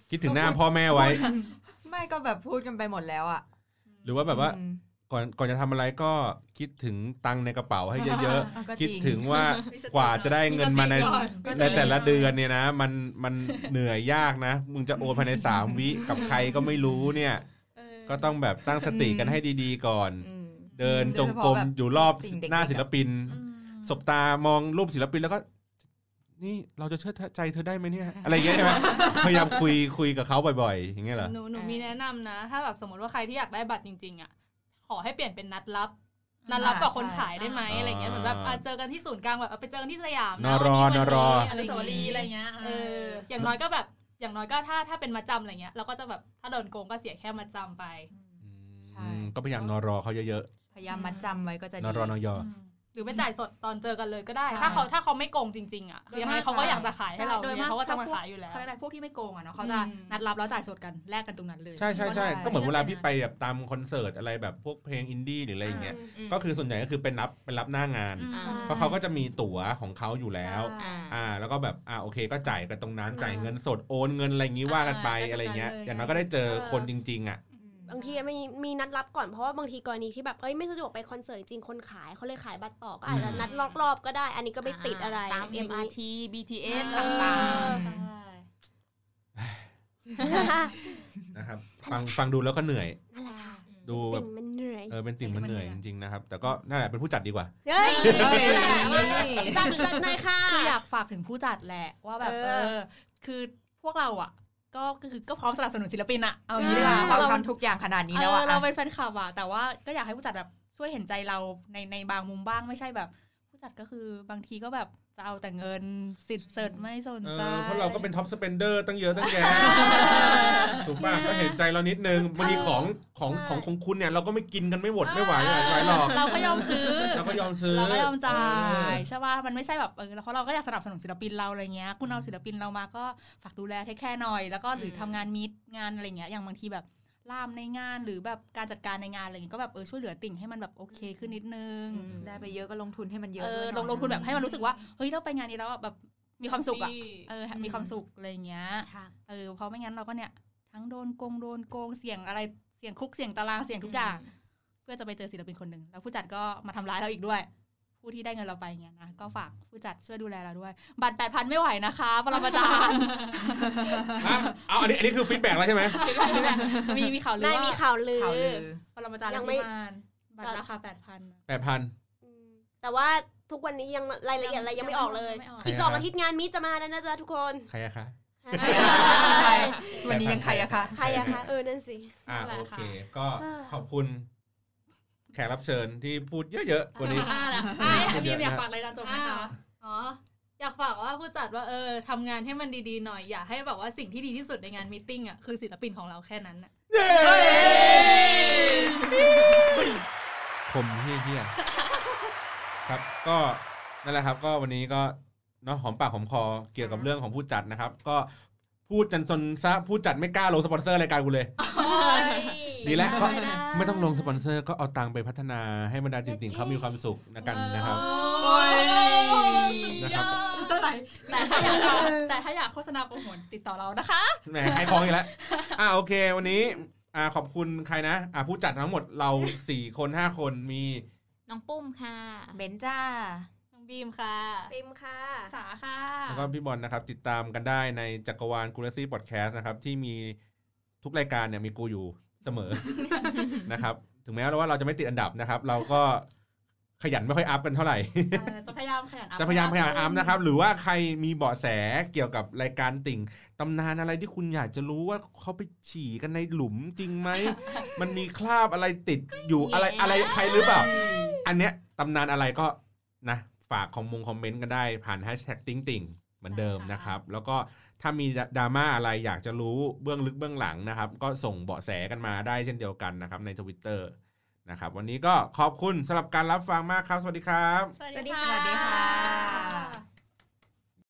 [SPEAKER 2] คิดถึงหน้าพ่อแม่ไว้
[SPEAKER 5] ไม่ก็แบบพูดกันไปหมดแล้วอ่ะ
[SPEAKER 2] หรือว่าแบบว่า
[SPEAKER 5] อืม
[SPEAKER 2] ก่อนก่อนจะทำอะไรก็คิดถึงตังค์ในกระเป๋าให้เยอะ
[SPEAKER 5] อ่ะก็
[SPEAKER 2] ๆ
[SPEAKER 5] จ
[SPEAKER 2] คิด
[SPEAKER 5] ริ
[SPEAKER 2] ถึงว่า
[SPEAKER 4] มีสติ
[SPEAKER 2] กว่าจะได้เงินมาใน
[SPEAKER 7] ก่อน
[SPEAKER 2] ในแต่ละเดือนเนี่ยนะ มันมันเหนื่อยยากนะ มึงจะโอนภายใน 3 วิกับใครก็ไม่รู้เนี่ย
[SPEAKER 5] เออ
[SPEAKER 2] ก็ต้องแบบตั้งสติกันให้ดีๆก่อน
[SPEAKER 6] อืม
[SPEAKER 2] เดินจงกรมอยู่รอบ
[SPEAKER 5] สิ่งเด็กๆ
[SPEAKER 2] หน้าศิลปิน
[SPEAKER 4] อืม
[SPEAKER 2] สบตามองรูปศิลปินแล้วก็ นี่เราจะเชื่อใจเธอได้ไหมเนี่ย อะไรอย่างเงี้ยใช่ไหม พยายามคุยคุยกับเขาบ่อยๆ อย่างเงี้ยเหรอ
[SPEAKER 7] หนูหนูมีแนะนำนะ ถ้าแบบสมมติว่าใครที่อยากได้บัตรจริง ๆ อ่ะ ขอให้เปลี่ยนเป็นนัดรับ นัดรับกับคนขายได้ไหมอะไรเงี้ยเหมือนแบบอ่ะเจอกันที่ศูนย์กลางแบบเอาไปเจอกันที่สยาม
[SPEAKER 2] น
[SPEAKER 7] นะ
[SPEAKER 2] รอ
[SPEAKER 7] วันนี้วัน
[SPEAKER 2] นรอ
[SPEAKER 7] นี้
[SPEAKER 4] อ
[SPEAKER 7] อะไร
[SPEAKER 4] นุ
[SPEAKER 7] อย่า
[SPEAKER 4] สาง วรี
[SPEAKER 7] งี้
[SPEAKER 4] ย์อะไรเงี้ย
[SPEAKER 7] เออ อย่างน้อยก็แบบอย่างน้อยก็ถ้าถ้าเป็นมาจำอะไรเงี้ยเราก็จะแบบถ้าโดนโกงก็เสียแค่มาจำไป
[SPEAKER 5] ใช่
[SPEAKER 2] อืมก็พยายามนรอเขาเยอะ
[SPEAKER 5] พยายามมัดจำไว้ก็จะ
[SPEAKER 2] ๆน
[SPEAKER 5] ดี
[SPEAKER 2] รอนยอ
[SPEAKER 7] หรือไปจ่ายสดตอนเจอกันเลยก็ได้
[SPEAKER 5] ใช่
[SPEAKER 7] ถ้าเขาถ้าเขาไม่โกงจริงๆอ่ะคือยังไงเขาก็อยากจะขายให้เรา
[SPEAKER 4] โดย
[SPEAKER 7] เนี่
[SPEAKER 4] มาย ก
[SPEAKER 7] เขาก็จะมาขายอยู่แล้ว
[SPEAKER 4] เขาเรีกอะไรพวกที่ไม่โกงอ่ะเนาะเขาจะ
[SPEAKER 7] อืม
[SPEAKER 4] นัดรับแล้วจ่ายสดกันแลกกันตรงนั้นเลย
[SPEAKER 2] ใช่ใช่ใช่
[SPEAKER 5] ใช่
[SPEAKER 2] ก็เหมือนเวลาพี่ไปแบบตามคอนเสิร์ตอะไรแบบพวกเพลงอินดี้หรืออะไรอย่างเงี้ย ก็คือส่วนใหญ่ก็คือเป็นรับเป็นรับหน้างาน
[SPEAKER 4] อืมใช่
[SPEAKER 2] เพราะเขาก็จะมีตั๋วของเขาอยู่แล้ว
[SPEAKER 6] อ่า
[SPEAKER 2] อ่า แล้วก็แบบอ่าโอเค ก็จ่ายกันตรงนั้น
[SPEAKER 4] อ่า
[SPEAKER 2] จ่ายเงินสดโอนเงินอะไรอย่างงี้ว่ากันไป
[SPEAKER 4] อ่า
[SPEAKER 2] อะไรเงี้ย
[SPEAKER 4] ก็จะ
[SPEAKER 2] อ
[SPEAKER 4] จ่ายเลย
[SPEAKER 2] ย่างน้อยก็ได้เจอคนจริง ๆ อ่ะ
[SPEAKER 5] อืม
[SPEAKER 3] บางทีมีมีนัดรับก่อนเพราะว่าบางทีกรณีที่แบบเอ้ยไม่สะดวกไปคอนเสิร์ตจริงคนขายเขาเลยขายบัตรต่อก็อาจจะ
[SPEAKER 2] อืม
[SPEAKER 3] นัดลอกรอบก็ได้ อันนี้ก็ไม่ติดอะไร
[SPEAKER 6] ตาม
[SPEAKER 3] อย่างงี้
[SPEAKER 6] MRT BTS
[SPEAKER 4] เอ
[SPEAKER 6] ต
[SPEAKER 4] อ
[SPEAKER 6] ่าง
[SPEAKER 5] ใช่
[SPEAKER 6] ๆใช่
[SPEAKER 2] นะครับฟังฟังดูแล้วก็เหนื่อย
[SPEAKER 3] นั่นแหละค่ะ
[SPEAKER 2] ดูแบ
[SPEAKER 3] ติ่
[SPEAKER 2] บ
[SPEAKER 3] งมันเหนื่อย
[SPEAKER 2] เออเป็นสิ่งมันเหนื่อยจริงๆนะครับ แต่ก็นั่นแหละเป็นผู้จัดดีกว่า
[SPEAKER 3] เฮ้ยจัดจัดหนายค่ะ
[SPEAKER 4] คืออยากฝากถึงผู้จัดแหละว่าแบบ
[SPEAKER 3] เออ
[SPEAKER 4] เออ คือพวกเราอ่ะ ก็คือก็พร้อมสนับสนุนศิลปินอ่ะเอางี้ดีกว่า
[SPEAKER 5] เรา
[SPEAKER 4] เรา
[SPEAKER 5] ทำทุกอย่างขนาดนี้
[SPEAKER 4] เอ
[SPEAKER 5] แล้ว
[SPEAKER 4] อ
[SPEAKER 5] อ่ะ
[SPEAKER 4] เราเป็นแฟนคลับอ่ะแต่ว่าก็อยากให้ผู้จัดแบบช่วยเห็นใจเราในในบางมุมบ้างไม่ใช่แบบ ผู้จัดก็คือบางทีก็แบบจะเอาแต่เงินสิทธิ์เสิร์ชไม่สน
[SPEAKER 2] เอ
[SPEAKER 4] ใจ
[SPEAKER 2] อเพราะเราก็เป็นท็อปสเปนเดอร์ตั้งเยอะตั้งแยะถูกป่ะก็เห็นใจเรานิดนึงบางทีของของ
[SPEAKER 3] ใช่
[SPEAKER 2] ของของคุณเนี่ยเราก็ไม่กินกันไม่หมดไม่ไหวหลายหลายหรอก
[SPEAKER 4] เราก็ยอมซื้อ
[SPEAKER 2] เราก็ยอมซื้อ
[SPEAKER 4] เราก็ยอมจ่ายใช่ป่ะมันไม่ใช่แบบเออเพราะเราก็อยากสนับสนุนศิลปินเราอะไรเงี้ย คุณเอาศิลปินเรามาก็ฝากดูแลแค่แค่หน่อย แล้วก็หรือทำงานมิดงานอะไรเงี้ยอย่างบางทีแบบล่ามในงานหรือแบบการจัดการในงานอะไรเงี้ยก็แบบเออช่วยเหลือติ่งให้มันแบบโอเคขึ้นนิดนึง
[SPEAKER 6] อืม
[SPEAKER 5] ได้ไปเยอะก็ลงทุนให้มันเยอะ
[SPEAKER 4] เออ
[SPEAKER 5] ด้วยห
[SPEAKER 4] ล
[SPEAKER 5] น่
[SPEAKER 4] ง
[SPEAKER 5] ย
[SPEAKER 4] ลงทุนแบบให้มันรู้สึกว่าเฮ้ยเราไปงานนี้แล้วแบบมีความสุขอะ
[SPEAKER 7] ที่
[SPEAKER 4] เออมีความสุขอะไรเงี้ย
[SPEAKER 6] ค่ะ
[SPEAKER 4] เออเพราะไม่งั้นเราก็เนี่ยทั้งโดนโกงโดนโกงเสี่ยงอะไรเสี่ยงคุกเสี่ยงตารางเสี่ยงทุกอย่าง เพื่อจะไปเจอศิลปินคนหนึ่งแล้วผู้จัดก็มาทำร้ายเราอีกด้วย ผู้ที่ได้เงินเราไปเงี้ยนะก็ฝากผู้จัดช่วยดูแลเราด้วย บัตรแปดพันไม่ไหวนะคะปรมาจารย์
[SPEAKER 2] ฮะเอาอันนี้อันนี้คือฟีดแบ็กแล้วใช่ไหม
[SPEAKER 4] มีมีข่าวลื
[SPEAKER 3] นา
[SPEAKER 4] อย
[SPEAKER 3] มี
[SPEAKER 4] ว่า
[SPEAKER 3] ข่าวลือ
[SPEAKER 5] ข่าวลือ
[SPEAKER 4] ปรมาจารย์
[SPEAKER 3] ยั
[SPEAKER 4] ยัง ง
[SPEAKER 3] ไม่
[SPEAKER 4] ไม่มานบัตรราคาแปดพัน
[SPEAKER 2] แปดพัน
[SPEAKER 3] อืมแต่ว่าทุกวันนี้ยังรายละเอียดอะไรยังไม่ออกเลย อีก
[SPEAKER 2] ใช่
[SPEAKER 3] สอง
[SPEAKER 2] ครับ
[SPEAKER 3] อาทิตย์งานมีจะมาแล้วนะจ๊ะทุกคน
[SPEAKER 2] ใครอะคะ
[SPEAKER 5] ใคร วันนี้ยังใครอะคะ
[SPEAKER 3] ใครอะคะเออนั่นสิ
[SPEAKER 2] อ่าโอเค ก็ขอบคุณแขกรับเชิญที่พูดเยอะๆวันนี้
[SPEAKER 4] อ่าล่ะ
[SPEAKER 2] อ่ะ
[SPEAKER 4] อันนี้อยากฝากอะไรตอนจบไหมคะ
[SPEAKER 7] อ๋ออยากฝากว่าผู้จัดว่าเออทำงานให้มันดีๆหน่อยอย่าให้แบบว่าสิ่งที่ดีที่สุดในงานมตติ팅อ่ะคือศิลปินของเราแค่นั้นน่ะ
[SPEAKER 2] เย้ผมเฮี้ยๆครับก็นั่นแหละครับก็วันนี้ก็เนาะหอมปากหอมคอเกี่ยวกับเรื่องของผู้จัดนะครับ ก็พูดจนซนซะผู้จัดไม่กล้าลงสปอนเซอร์รายการกูเลย ดีแล้วก็ไม่ต้องลงสปอนเซอร์ก็เอาตังค์ไปพัฒนาให้บรรดาจริงๆเขามีความสุขนะกันนะครับ นะครับ
[SPEAKER 4] แต่ถ้าอยากเอาแต่ถ้าอยากโฆษณาโปรโมทติดต่อเรานะคะ
[SPEAKER 2] แหมขายของอีกแล้ว อ่าโอเค วันนี้ อ่าขอบคุณใครนะ อ่าผู้จัดทั้งหมดเรา สี่คนห้าคนมี
[SPEAKER 6] น้องปุ้มค่ะ
[SPEAKER 5] เบนจ้า
[SPEAKER 7] น้องบีมค่ะ
[SPEAKER 3] ปิมค่ะ
[SPEAKER 4] สาค่ะ
[SPEAKER 2] แล้วก็พี่บอลนะครับ ติดตามกันได้ในจักรวาลกูลซี่พอดแคสต์นะครับ ที่มีทุกรายการเนี่ยมี *laughs* กูอยู่เสมอ นะครับ ถึงแม้ว่าเราจะไม่ติดอันดับนะครับ เราก็ ขยันไม่ค่อยอัพกันเท่าไหร่
[SPEAKER 4] เออจะพยายามขยันอัพ
[SPEAKER 2] จะพยายามพยายามอัพนะครับ หรือว่าใครมีเบาะแสเกี่ยวกับรายการติ่งตำนานอะไรที่คุณอยากจะรู้ว่าเขาไปฉี่กันในหลุมจริง *laughs* ไหม มันมีคราบอะไรติดอยู่อะไรอะไรใครหรือเปล่า อันเนี้ยตำนานอะไรก็นะฝากของมงคอมเมนต์กันได้ผ่านแฮชแท็กติ้งติ่งเหมือนเดิมนะครับ แล้วก็ถ้ามีดราม่าอะไรอยากจะรู้เบื้องลึกเบื้องหลังนะครับ ก็ส่งเบาะแสกันมาได้เช่นเดียวกันนะครับในทวิตเตอร์นะครับ วันนี้ก็ขอบคุณสำหรับการรับฟังมากครับ สวัสดีครับ
[SPEAKER 6] สวัสดีค่ะ